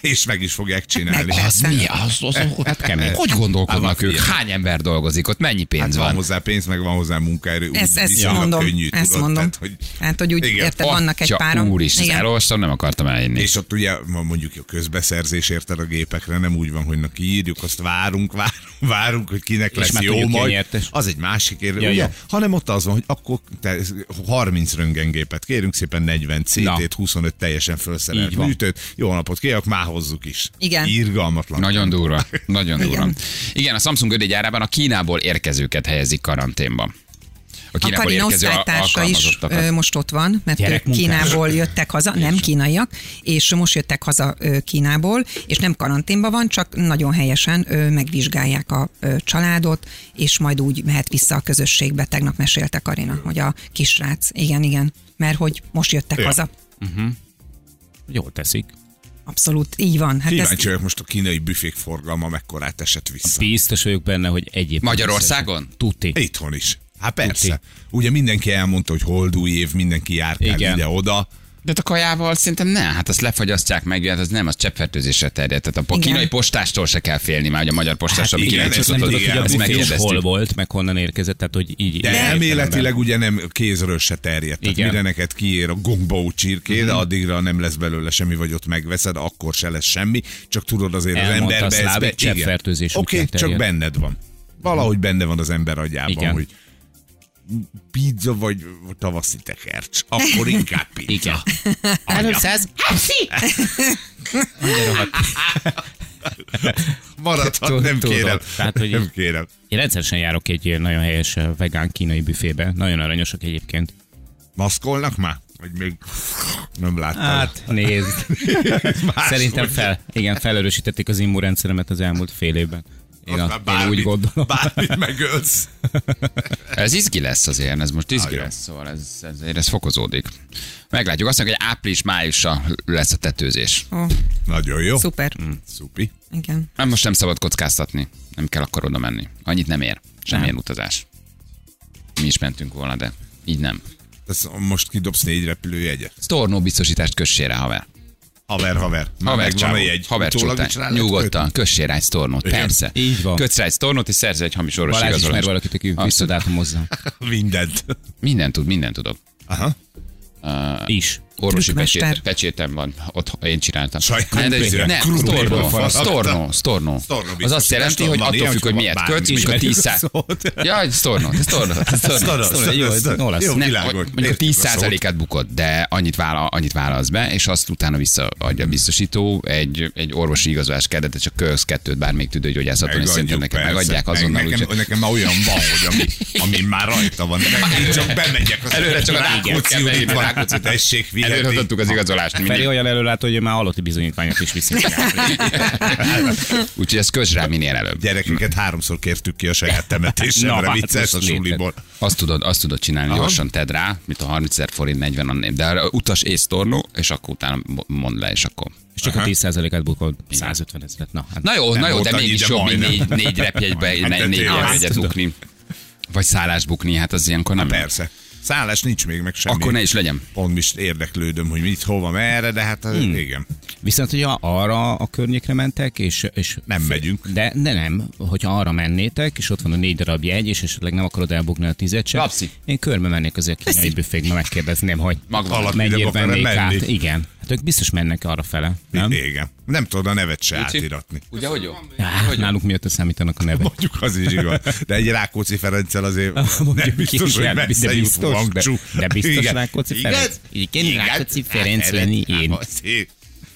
Speaker 2: És meg is fogják csinálni.
Speaker 4: Meg-
Speaker 1: Az
Speaker 4: Persze.
Speaker 1: mi? Az, az, hát kemény. Hogy
Speaker 2: Hát
Speaker 1: gondolkodnak
Speaker 2: van
Speaker 1: ők?
Speaker 2: ilyen.
Speaker 1: Hány ember dolgozik ott? Mennyi
Speaker 2: Hát
Speaker 1: pénz
Speaker 2: van
Speaker 1: van?
Speaker 2: hozzá pénz, meg van hozzá munkaerő. úgy
Speaker 4: Ezt, ezt
Speaker 2: viszonylag
Speaker 4: mondom,
Speaker 2: Könnyű,
Speaker 4: ezt
Speaker 2: tudod,
Speaker 4: mondom.
Speaker 2: Tehát, hogy,
Speaker 4: Hát, hogy úgy
Speaker 2: Igen.
Speaker 4: érted, vannak egy páran.
Speaker 1: Úr is,
Speaker 4: igen.
Speaker 1: elolvastam, nem akartam elinni.
Speaker 2: És ott ugye mondjuk a közbeszerzés érted a gépekre, nem úgy van, hogy na kiírjuk, azt várunk, várunk, várunk hogy kinek
Speaker 3: És
Speaker 2: lesz
Speaker 3: már
Speaker 2: jó
Speaker 3: tudjuk, ki a
Speaker 2: majd.
Speaker 3: nyertes.
Speaker 2: Az egy másik ér,
Speaker 3: Ja,
Speaker 2: ugye?
Speaker 3: ja.
Speaker 2: Hanem ott az van, hogy akkor te 30 röntgengépet kérünk, szépen 40
Speaker 3: Na.
Speaker 2: CT-t, 25 teljesen felszerelt
Speaker 3: Így van.
Speaker 2: műtőt, jó napot kérjük, már hozzuk is.
Speaker 4: Igen.
Speaker 2: Irgalmatlan.
Speaker 3: hát
Speaker 1: Nagyon durva, nagyon durva. Igen.
Speaker 4: Igen.
Speaker 1: Igen, a Samsung ödégyárában a Kínából érkezőket helyezik karanténba. A
Speaker 4: A
Speaker 1: Kínából
Speaker 4: Karina
Speaker 1: érkező
Speaker 4: osztálytársa is
Speaker 1: alkalmazottakat.
Speaker 4: ö, most ott van, mert ők
Speaker 3: Gyerekmunkás.
Speaker 4: Kínából jöttek haza, nem kínaiak, és most jöttek haza ö, Kínából, és nem karanténban van, csak nagyon helyesen ö, megvizsgálják a ö, családot, és majd úgy mehet vissza a közösségbe. Tegnap mesélte Karina, hogy a kisrác, igen, igen, mert hogy most jöttek
Speaker 2: Ja.
Speaker 4: haza.
Speaker 3: Jól teszik.
Speaker 4: Abszolút, így van. Hát ezt-
Speaker 2: Kíváncsi vagyok most a kínai büfék forgalma mekkorát esett vissza.
Speaker 3: Biztos vagyok benne, hogy egyéb.
Speaker 1: Magyarországon?
Speaker 3: Tuti.
Speaker 2: Itthon is. Hát persze. Ugye mindenki elmondta, hogy holdúj év, mindenki járkál
Speaker 3: Igen.
Speaker 2: ide-oda.
Speaker 1: De a kajával szerintem nem, hát azt lefagyasztják meg, hát az nem, az cseppfertőzésre terjed. Tehát a po-
Speaker 4: Igen.
Speaker 1: kínai postástól se kell félni már, hogy a magyar postás, ami
Speaker 2: igen,
Speaker 1: kínai
Speaker 2: ezt
Speaker 3: Ezt Hát nem
Speaker 1: cuccot,
Speaker 3: tudod, hogy a
Speaker 1: azt
Speaker 3: bufé
Speaker 1: megkérdeztük.
Speaker 3: hol volt, meg honnan érkezett, tehát hogy így.
Speaker 2: De
Speaker 3: így-
Speaker 2: elméletileg ugye nem kézről se terjed. Tehát
Speaker 3: Igen. Mhm.
Speaker 2: mire neked kiér a gombó csirké, de addigra nem lesz belőle semmi, vagy ott megveszed, akkor se lesz semmi. Csak tudod azért az
Speaker 3: Elmondta a
Speaker 2: emberbe ez
Speaker 3: szláv,
Speaker 2: be...
Speaker 3: egy cseppfertőzés
Speaker 2: Oké,
Speaker 3: után
Speaker 2: okay, csak
Speaker 3: terjed. Mhm.
Speaker 2: benned van. Valahogy benne van az ember agyában,
Speaker 3: Igen.
Speaker 2: igen. hogy pizza vagy tavaszi tekercs. Akkor inkább pizza.
Speaker 3: Igen.
Speaker 1: Előszáz,
Speaker 2: Maradhat, nem
Speaker 3: Tudod,
Speaker 2: kérem.
Speaker 3: tehát, hogy-
Speaker 2: Nem kérem.
Speaker 3: Én rendszeresen járok egy ilyen nagyon helyes eh, vegán kínai büfébe, nagyon aranyosak egyébként.
Speaker 2: Maszkolnak már? Vagy még nem láttam.
Speaker 3: Hát nézd, szerintem fel, igen, felerősítették az immunrendszeremet az elmúlt fél évben. Én, a, én úgy gondolom.
Speaker 2: Bármit megölsz.
Speaker 1: Ez izgi lesz azért, ez most izgi
Speaker 2: Ah, jó.
Speaker 1: lesz, szóval ez, ez, ez, ez fokozódik. Meglátjuk, azt mondják, hogy április-májusra lesz a tetőzés.
Speaker 4: Ó,
Speaker 2: Nagyon jó. Mm.
Speaker 4: szuper,
Speaker 2: Szupi.
Speaker 4: igen.
Speaker 1: Nem, most nem szabad kockáztatni. Nem kell akkor oda menni. Annyit nem ér. Semmilyen nem. utazás. Mi is mentünk volna, de így nem.
Speaker 2: Ez most kidobsz négy repülőjegyet.
Speaker 1: Stornó biztosítást kössére, haver.
Speaker 2: Haver, haver. Már
Speaker 1: Haver
Speaker 2: megvan
Speaker 1: csávó.
Speaker 2: a jegy.
Speaker 1: Haver
Speaker 2: Utólag
Speaker 1: csután.
Speaker 2: is rá lehet
Speaker 1: Nyugodtan, kössére egy stornót.
Speaker 2: Igen.
Speaker 1: Persze.
Speaker 3: Így van.
Speaker 1: Kötsz rá egy stornót, és szerzel egy hamis orvosi
Speaker 3: Balázs ismer
Speaker 1: igazolást.
Speaker 3: valakit, aki
Speaker 1: Abszolút.
Speaker 3: visszadátumozza.
Speaker 2: kötni. Mindent.
Speaker 1: Mindent tud, mindent tudok.
Speaker 2: Aha.
Speaker 3: Is.
Speaker 1: Orvosi
Speaker 4: Trükkmester.
Speaker 1: pecsét, pecsétem van, ott én csináltam.
Speaker 2: Saját
Speaker 1: nem, de-
Speaker 2: pénzre?
Speaker 1: nem,
Speaker 2: Krumpliből
Speaker 1: storno,
Speaker 2: faragtad?
Speaker 1: storno, storno.
Speaker 2: Storno biztos.
Speaker 1: Az azt jelenti,
Speaker 2: Storno,
Speaker 1: hogy
Speaker 2: Mari,
Speaker 1: attól függ, hogy
Speaker 2: hogyha
Speaker 1: miért
Speaker 2: bármi Szóval-
Speaker 1: költsz, mikor
Speaker 3: ismerjük
Speaker 1: 10
Speaker 3: a szót.
Speaker 1: Jaj, storno, storno, storno.
Speaker 2: Sztorno,
Speaker 3: jó,
Speaker 2: sztorno.
Speaker 3: olasz.
Speaker 2: Jó,
Speaker 1: Nem,
Speaker 2: világos. szóval-
Speaker 1: Mondjuk
Speaker 2: Értjük a
Speaker 1: 10
Speaker 2: szót.
Speaker 1: százalékát bukod, de annyit, vála, annyit válasz be, és azt utána visszaadja a biztosító egy, egy orvosi igazolás kedvet, csak kölsz kettőt, bármelyik tüdőgyógyászaton, és
Speaker 2: Megadjuk,
Speaker 1: szerintem neked
Speaker 2: persze.
Speaker 1: megadják
Speaker 2: Meg-
Speaker 1: azonnal.
Speaker 2: Nekem,
Speaker 1: úgyhogy-
Speaker 2: nekem már olyan van, hogy ami, ami már rajta van. De én csak bemegyek az
Speaker 1: Előre csak a rákóczi
Speaker 2: Rákóczi
Speaker 1: után-
Speaker 2: úton,
Speaker 1: Rákóczi
Speaker 2: Rákóczi
Speaker 1: után.
Speaker 2: tessék
Speaker 1: Előre
Speaker 2: vihetni.
Speaker 1: adtuk az igazolást. mindig.
Speaker 3: Feri olyan előlátó, hogy ő már halotti bizonyítványot is viszik.
Speaker 1: Úgyhogy ezt közs rá minél előbb.
Speaker 2: Gyerekeket háromszor kértük ki a saját temetésemre,
Speaker 3: Na, hát
Speaker 2: vicces
Speaker 3: ezt
Speaker 2: a
Speaker 3: lépted.
Speaker 2: suliból.
Speaker 1: Azt tudod, azt tudod csinálni, Aha. gyorsan tedd rá, mint a 30 ezer forint 40 anném, de arra utas és tornó, és akkor utána mo- mondd le, és akkor.
Speaker 3: És csak a 10%-át bukod 150 ezeret. Na, hát.
Speaker 1: Na jó,
Speaker 2: Nem
Speaker 1: na jó,
Speaker 2: volt
Speaker 1: de
Speaker 2: annyi,
Speaker 1: mégis
Speaker 2: de
Speaker 1: jobb, mint
Speaker 2: majdnem.
Speaker 1: négy, négy repjegybe,
Speaker 2: Hát
Speaker 1: ne-
Speaker 2: de
Speaker 1: négy
Speaker 2: tényleg.
Speaker 1: repjegyet
Speaker 3: Azt
Speaker 1: bukni. Vagy szállást bukni, hát az ilyenkor nem.
Speaker 2: Persze. Szállás nincs még, meg semmi.
Speaker 1: Akkor ne is legyen.
Speaker 2: Pont is érdeklődöm, hogy mit, hova, merre, de hát hmm. igen.
Speaker 3: Viszont, hogyha arra a környékre mentek, és, és
Speaker 2: Nem megyünk.
Speaker 3: De, de nem, hogyha arra mennétek, és ott van a négy darab jegy, és esetleg nem akarod elbukni a tizet sem.
Speaker 1: Lapszi.
Speaker 3: Én körbe mennék azért a kínai büfékbe, megkérdezném, hogy
Speaker 1: Magva. Alap
Speaker 3: mennyire
Speaker 2: ide akarna
Speaker 3: vennék
Speaker 2: menni.
Speaker 3: át. Igen. Hát ők biztos mennek arra fele, nem?
Speaker 2: Igen. Nem tudod a nevet se
Speaker 1: Luci?
Speaker 2: átiratni.
Speaker 1: Ugye, hogy jó?
Speaker 3: Hát, náluk miatt számítanak a neve.
Speaker 2: Mondjuk az is igaz. De egy Rákóczi Ferenccel azért nem biztos, hogy messze
Speaker 3: de
Speaker 2: jut
Speaker 3: biztos,
Speaker 2: hangcsú.
Speaker 3: de, de biztos
Speaker 2: Igen.
Speaker 3: Rákóczi Ferenc.
Speaker 2: Igaz?
Speaker 3: Igen, Rákóczi Ferenc
Speaker 2: Hát,
Speaker 3: lenni én.
Speaker 2: Rákóczi.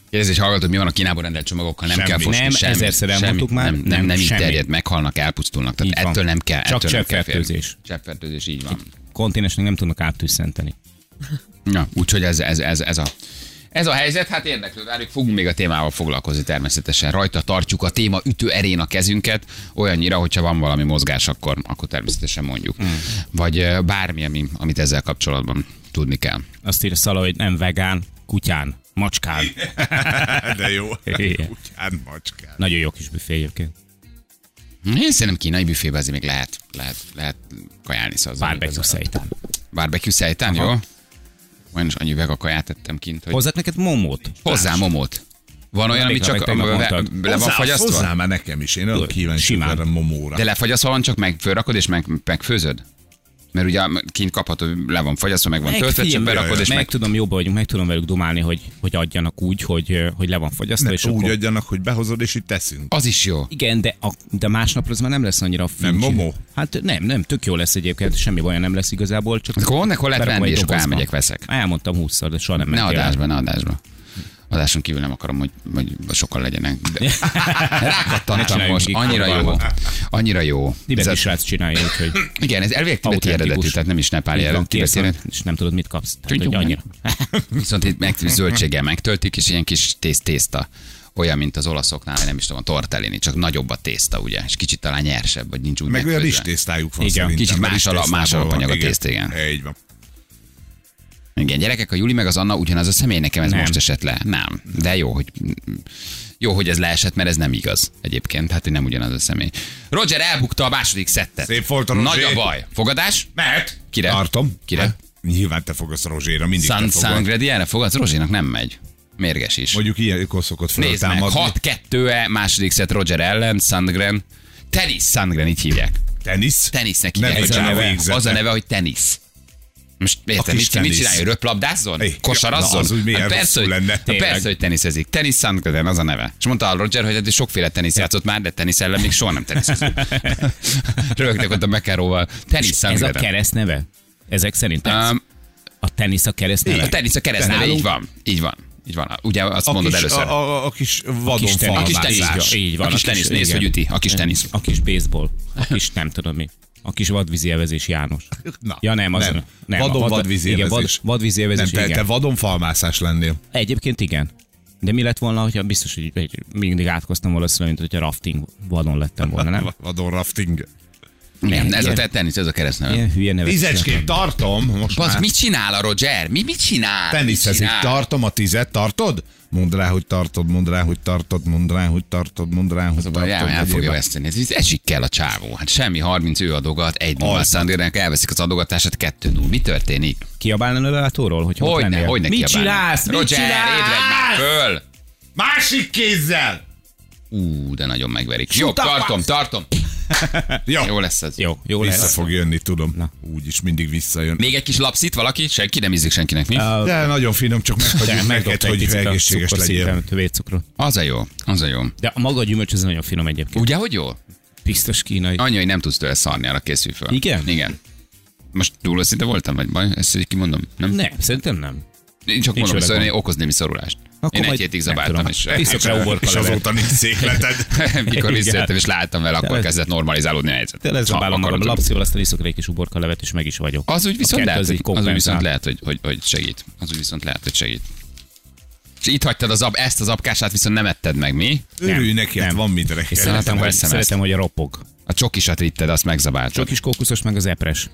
Speaker 1: Kérdezz, hogy hallgatod, mi van a Kínából rendelt csomagokkal, nem
Speaker 2: Semmi.
Speaker 1: kell fosni
Speaker 3: Nem,
Speaker 1: semmi,
Speaker 3: ezerszer
Speaker 1: semmi.
Speaker 3: elmondtuk már,
Speaker 1: nem, nem,
Speaker 3: nem,
Speaker 1: nem így
Speaker 3: semmi.
Speaker 1: terjed, meghalnak, elpusztulnak, tehát
Speaker 3: Így van.
Speaker 1: ettől nem kell.
Speaker 3: Csak
Speaker 1: ettől nem kell félni.
Speaker 3: cseppfertőzés.
Speaker 1: Cseppfertőzés, így van.
Speaker 3: Konténesnek nem tudnak áttűszenteni.
Speaker 1: Na, úgyhogy ez, ez, ez, ez a ez a helyzet, hát érdeklő, várjuk, fogunk még a témával foglalkozni természetesen. Rajta tartjuk a téma ütő erén a kezünket, olyannyira, hogyha van valami mozgás, akkor, akkor természetesen mondjuk. Mm.
Speaker 3: Hmm.
Speaker 1: Vagy ö, bármi, ami, amit ezzel kapcsolatban tudni kell.
Speaker 3: Azt írja Szala, hogy nem vegán, kutyán, macskán.
Speaker 2: De jó.
Speaker 3: Igen.
Speaker 2: Kutyán, macskán.
Speaker 3: Nagyon jó kis büfé egyébként.
Speaker 1: Én szerintem kínai büfébe azért még lehet, lehet, lehet kajálni. Szóval az még
Speaker 3: Barbecue
Speaker 1: az-
Speaker 3: szejtán.
Speaker 1: Barbecue szejtán, jó? Majdnem annyi vegakaját ettem kint, hogy
Speaker 3: Hozzák neked momót?
Speaker 1: hozzá momót. Van olyan, ami
Speaker 3: Emlékszem,
Speaker 1: csak
Speaker 3: meg tegnap
Speaker 1: le-
Speaker 3: mondtad.
Speaker 1: le van fagyasztva?
Speaker 2: Hozzá már nekem is. Én olyan kíváncsi
Speaker 3: simán.
Speaker 2: erre a momóra.
Speaker 1: De lefagyasztva van, csak meg fölrakod és meg, megfőzöd? Mert ugye kint kapható, le van fagyasztva, meg van töltve, csak berakod és
Speaker 3: meg,
Speaker 1: meg...
Speaker 3: tudom jobban vagyunk, meg tudom velük domálni, hogy, hogy adjanak úgy, hogy, hogy le van fagyasztva,
Speaker 2: Ne
Speaker 3: és
Speaker 2: úgy
Speaker 3: akkor...
Speaker 2: adjanak, hogy behozod, és itt teszünk.
Speaker 1: Az is jó.
Speaker 3: Igen, de, a, de másnapra ez már nem lesz annyira fincsi.
Speaker 2: momó?
Speaker 3: Hát nem, nem, tök jó lesz egyébként, semmi baj nem lesz igazából. Csak
Speaker 1: Akkor onnan, hol lehet
Speaker 3: berakom
Speaker 1: venni,
Speaker 3: egy
Speaker 1: és akkor
Speaker 3: dobozba.
Speaker 1: elmegyek, veszek.
Speaker 3: Elmondtam 20 de soha nem
Speaker 1: Ne
Speaker 3: mentél el.
Speaker 1: adásba, ne adásba. Adáson kívül nem akarom, hogy, hogy sokan legyenek. De...
Speaker 3: Ne
Speaker 1: Rákattantam
Speaker 3: csináljunk
Speaker 1: most,
Speaker 3: így
Speaker 1: annyira jó.
Speaker 3: forgalmat.
Speaker 1: Annyira jó.
Speaker 3: Tibeti
Speaker 1: Ez a-
Speaker 3: srác csinálja, úgyhogy...
Speaker 1: igen, ez elvileg tibeti
Speaker 3: Autentikus.
Speaker 1: eredetű, tehát nem is nepáli
Speaker 3: Így van,
Speaker 1: eredetű.
Speaker 3: kész
Speaker 1: Tibeti
Speaker 3: van,
Speaker 1: eredetű.
Speaker 3: És nem tudod, mit kapsz. Tehát,
Speaker 1: Tudjuk,
Speaker 3: hogy annyira.
Speaker 1: Viszont itt meg zöldséggel megtöltik, és ilyen kis tész- tészta olyan, mint az olaszoknál, vagy nem is tudom, a tortellini, csak nagyobb a tészta, ugye, és kicsit talán nyersebb, vagy nincs úgy
Speaker 2: Meg olyan
Speaker 1: megfőzve.
Speaker 2: listésztájuk van
Speaker 3: Igen,
Speaker 2: szerintem.
Speaker 1: kicsit
Speaker 2: mert
Speaker 1: más ala-
Speaker 2: listésztában
Speaker 1: más alapanyag
Speaker 2: van.
Speaker 1: a tészta, igen.
Speaker 2: Így van.
Speaker 1: Igen, gyerekek, a Juli meg az Anna ugyanaz a személy, nekem ez
Speaker 3: Nem.
Speaker 1: most esett le. Nem, de jó, hogy jó, hogy ez leesett, mert ez nem igaz egyébként, hát hogy nem ugyanaz a személy. Roger elbukta a második szettet.
Speaker 2: Szép volt a
Speaker 1: Nagy a
Speaker 2: Roger.
Speaker 1: baj. Fogadás?
Speaker 2: Mehet.
Speaker 1: Kire?
Speaker 2: Tartom.
Speaker 1: Kire?
Speaker 2: Hát, nyilván te fogasz Rozséra, mindig
Speaker 1: San
Speaker 2: te fogod.
Speaker 1: Sangrediára fogadsz? Rozsinak nem megy. Mérges is.
Speaker 2: Mondjuk ilyenkor szokott
Speaker 1: Nézd meg,
Speaker 2: föltámadni.
Speaker 1: 6-2-e második szett Roger ellen, Sandgren. Tenisz Sandgren, így hívják.
Speaker 2: Tenisz.
Speaker 1: Tenisznek
Speaker 2: Nem
Speaker 1: hívják.
Speaker 2: a
Speaker 1: az, a
Speaker 2: csávó
Speaker 1: neve,
Speaker 2: végzete.
Speaker 1: az a neve, hogy tenisz. Most érted,
Speaker 2: kis
Speaker 1: mit, mit
Speaker 2: tenisz.
Speaker 1: csinálj? Röplabdázzon?
Speaker 2: Éj,
Speaker 1: Kosarazzon?
Speaker 2: na, az úgy milyen
Speaker 1: persze,
Speaker 2: rosszul
Speaker 1: hogy,
Speaker 2: lenne,
Speaker 1: hát
Speaker 2: tényleg.
Speaker 1: persze, hogy teniszezik. Tenisz Sandgren, az a neve. És mondta a Roger, hogy eddig sokféle tenisz játszott már, de tenisz ellen még soha nem teniszezik. Rögtek ott a McEnroe-val. Tenisz
Speaker 3: Ez a
Speaker 1: Sandgren.
Speaker 3: kereszt neve? Ezek szerint tetsz?
Speaker 1: Öm,
Speaker 3: A tenisz a kereszt neve?
Speaker 1: A tenisz a keresztneve,
Speaker 3: Nálunk-
Speaker 1: így van. Így van. Így van. Ugye azt
Speaker 2: A
Speaker 1: mondod
Speaker 2: kis,
Speaker 1: először.
Speaker 2: a, a, a kis vadon
Speaker 3: tenisz.
Speaker 1: A
Speaker 2: falvás.
Speaker 1: kis
Speaker 3: Így
Speaker 1: tenisz.
Speaker 3: van, így van.
Speaker 1: A kis tenisz, nézd,
Speaker 3: igen.
Speaker 1: hogy üti. A kis tenisz.
Speaker 3: A kis baseball. A kis nem tudom mi. A kis vadvízi evezés János.
Speaker 2: Na,
Speaker 3: ja nem, az
Speaker 2: nem.
Speaker 3: nem.
Speaker 2: Vadon
Speaker 3: a vad-
Speaker 2: vadvízi
Speaker 3: igen, vad,
Speaker 2: evezés.
Speaker 3: vadvízi
Speaker 2: Nem,
Speaker 3: evezés,
Speaker 2: te,
Speaker 3: igen.
Speaker 2: te vadon falmászás lennél.
Speaker 3: Egyébként igen. De mi lett volna, hogyha biztos, hogy, hogy mindig átkoztam valószínűleg, mint hogyha rafting vadon lettem volna, nem?
Speaker 2: Vadon rafting.
Speaker 1: Nem, ez a
Speaker 3: Ilyen-
Speaker 1: te- tenisz, ez a keresztneve.
Speaker 3: Ilyen hülye nevet.
Speaker 2: Tízecskét tartom, most
Speaker 1: Basz,
Speaker 3: Hát.
Speaker 2: már
Speaker 1: mit csinál a Roger? Mi mit csinál?
Speaker 2: teniszezik.
Speaker 1: Mit csinál?
Speaker 2: Tartom a tizet, tartod? Mondd rá, hogy tartod, mondd rá, hogy tartod, mondd rá, hogy tartod, mondd rá, hogy
Speaker 1: Szóval
Speaker 2: tartod.
Speaker 1: el, el fogja
Speaker 2: Egyébként.
Speaker 1: veszteni. Ez így esik kell a csávó. Hát semmi 30 ő adogat, egy nulla Sandérnek elveszik az adogatását, kettő null. Mi történik?
Speaker 3: Kiabálnál a lelátóról, hogyha ott
Speaker 1: Hogyne,
Speaker 3: lennél?
Speaker 1: hogyne
Speaker 3: Mit
Speaker 1: kiabálni?
Speaker 3: csinálsz? Mit
Speaker 1: Roger, ébredj már
Speaker 3: csinálsz?
Speaker 1: föl!
Speaker 2: Másik kézzel!
Speaker 1: Ú, de nagyon megverik. Jó, tartom, tartom.
Speaker 2: Ja,
Speaker 1: Jó lesz ez.
Speaker 3: Jó, jó
Speaker 2: vissza
Speaker 3: lesz.
Speaker 2: fog jönni, tudom. Na. Úgy is mindig visszajön.
Speaker 1: Még egy kis lapszit valaki? Senki nem ízik senkinek, mi?
Speaker 2: De nagyon finom, csak meghagyjuk neked,
Speaker 3: Megdobta egy
Speaker 2: hogy
Speaker 3: picit a
Speaker 2: egészséges legyél.
Speaker 3: cukorszinten, tövécukrot.
Speaker 1: Az a jó, az a jó.
Speaker 3: De a maga gyümölcs ez nagyon finom egyébként.
Speaker 1: Ugye, hogy jó?
Speaker 3: Biztos kínai.
Speaker 1: Anya, hogy nem tudsz tőle szarni, arra készülj fel.
Speaker 3: Igen?
Speaker 1: Igen. Most túl őszinte voltam, vagy baj? Ezt így kimondom, nem?
Speaker 3: Nem, szerintem nem.
Speaker 1: Én csak
Speaker 3: Nincs
Speaker 1: mondom,
Speaker 3: vele
Speaker 1: szóval
Speaker 3: gond.
Speaker 1: én okoz némi szorulást.
Speaker 3: Akkor
Speaker 1: én egy
Speaker 3: majd-
Speaker 1: hétig
Speaker 3: nem
Speaker 1: zabáltam,
Speaker 3: tudom.
Speaker 1: és
Speaker 3: Vissza kell uborka
Speaker 2: És
Speaker 3: levelet.
Speaker 2: azóta nincs székleted.
Speaker 1: mikor
Speaker 3: Igen.
Speaker 1: visszajöttem és láttam vele, akkor
Speaker 3: Ez-
Speaker 1: kezdett normalizálódni a helyzet.
Speaker 3: Tényleg
Speaker 1: Ha
Speaker 3: zabálom magam
Speaker 1: akarod.
Speaker 3: lapszival, aztán iszok egy kis uborka levet, és meg is vagyok.
Speaker 1: Az úgy viszont
Speaker 3: A kettő
Speaker 1: lehet,
Speaker 3: az
Speaker 1: hogy,
Speaker 3: így
Speaker 1: az úgy
Speaker 3: kompenzál.
Speaker 1: viszont lehet, hogy, hogy, hogy segít. Az úgy viszont lehet, hogy segít. És itt hagytad az ab, ezt az apkását, viszont nem etted meg, mi?
Speaker 2: Örülj neki, hát
Speaker 3: nem.
Speaker 2: van mit
Speaker 3: És
Speaker 2: reggel.
Speaker 1: Szeretem,
Speaker 3: szeretem,
Speaker 1: ha
Speaker 3: hogy,
Speaker 1: eszem
Speaker 3: szeretem, hogy a ropog.
Speaker 1: A csokisat vitted, azt megzabáltad.
Speaker 3: Csak kis kókuszos, meg az epres.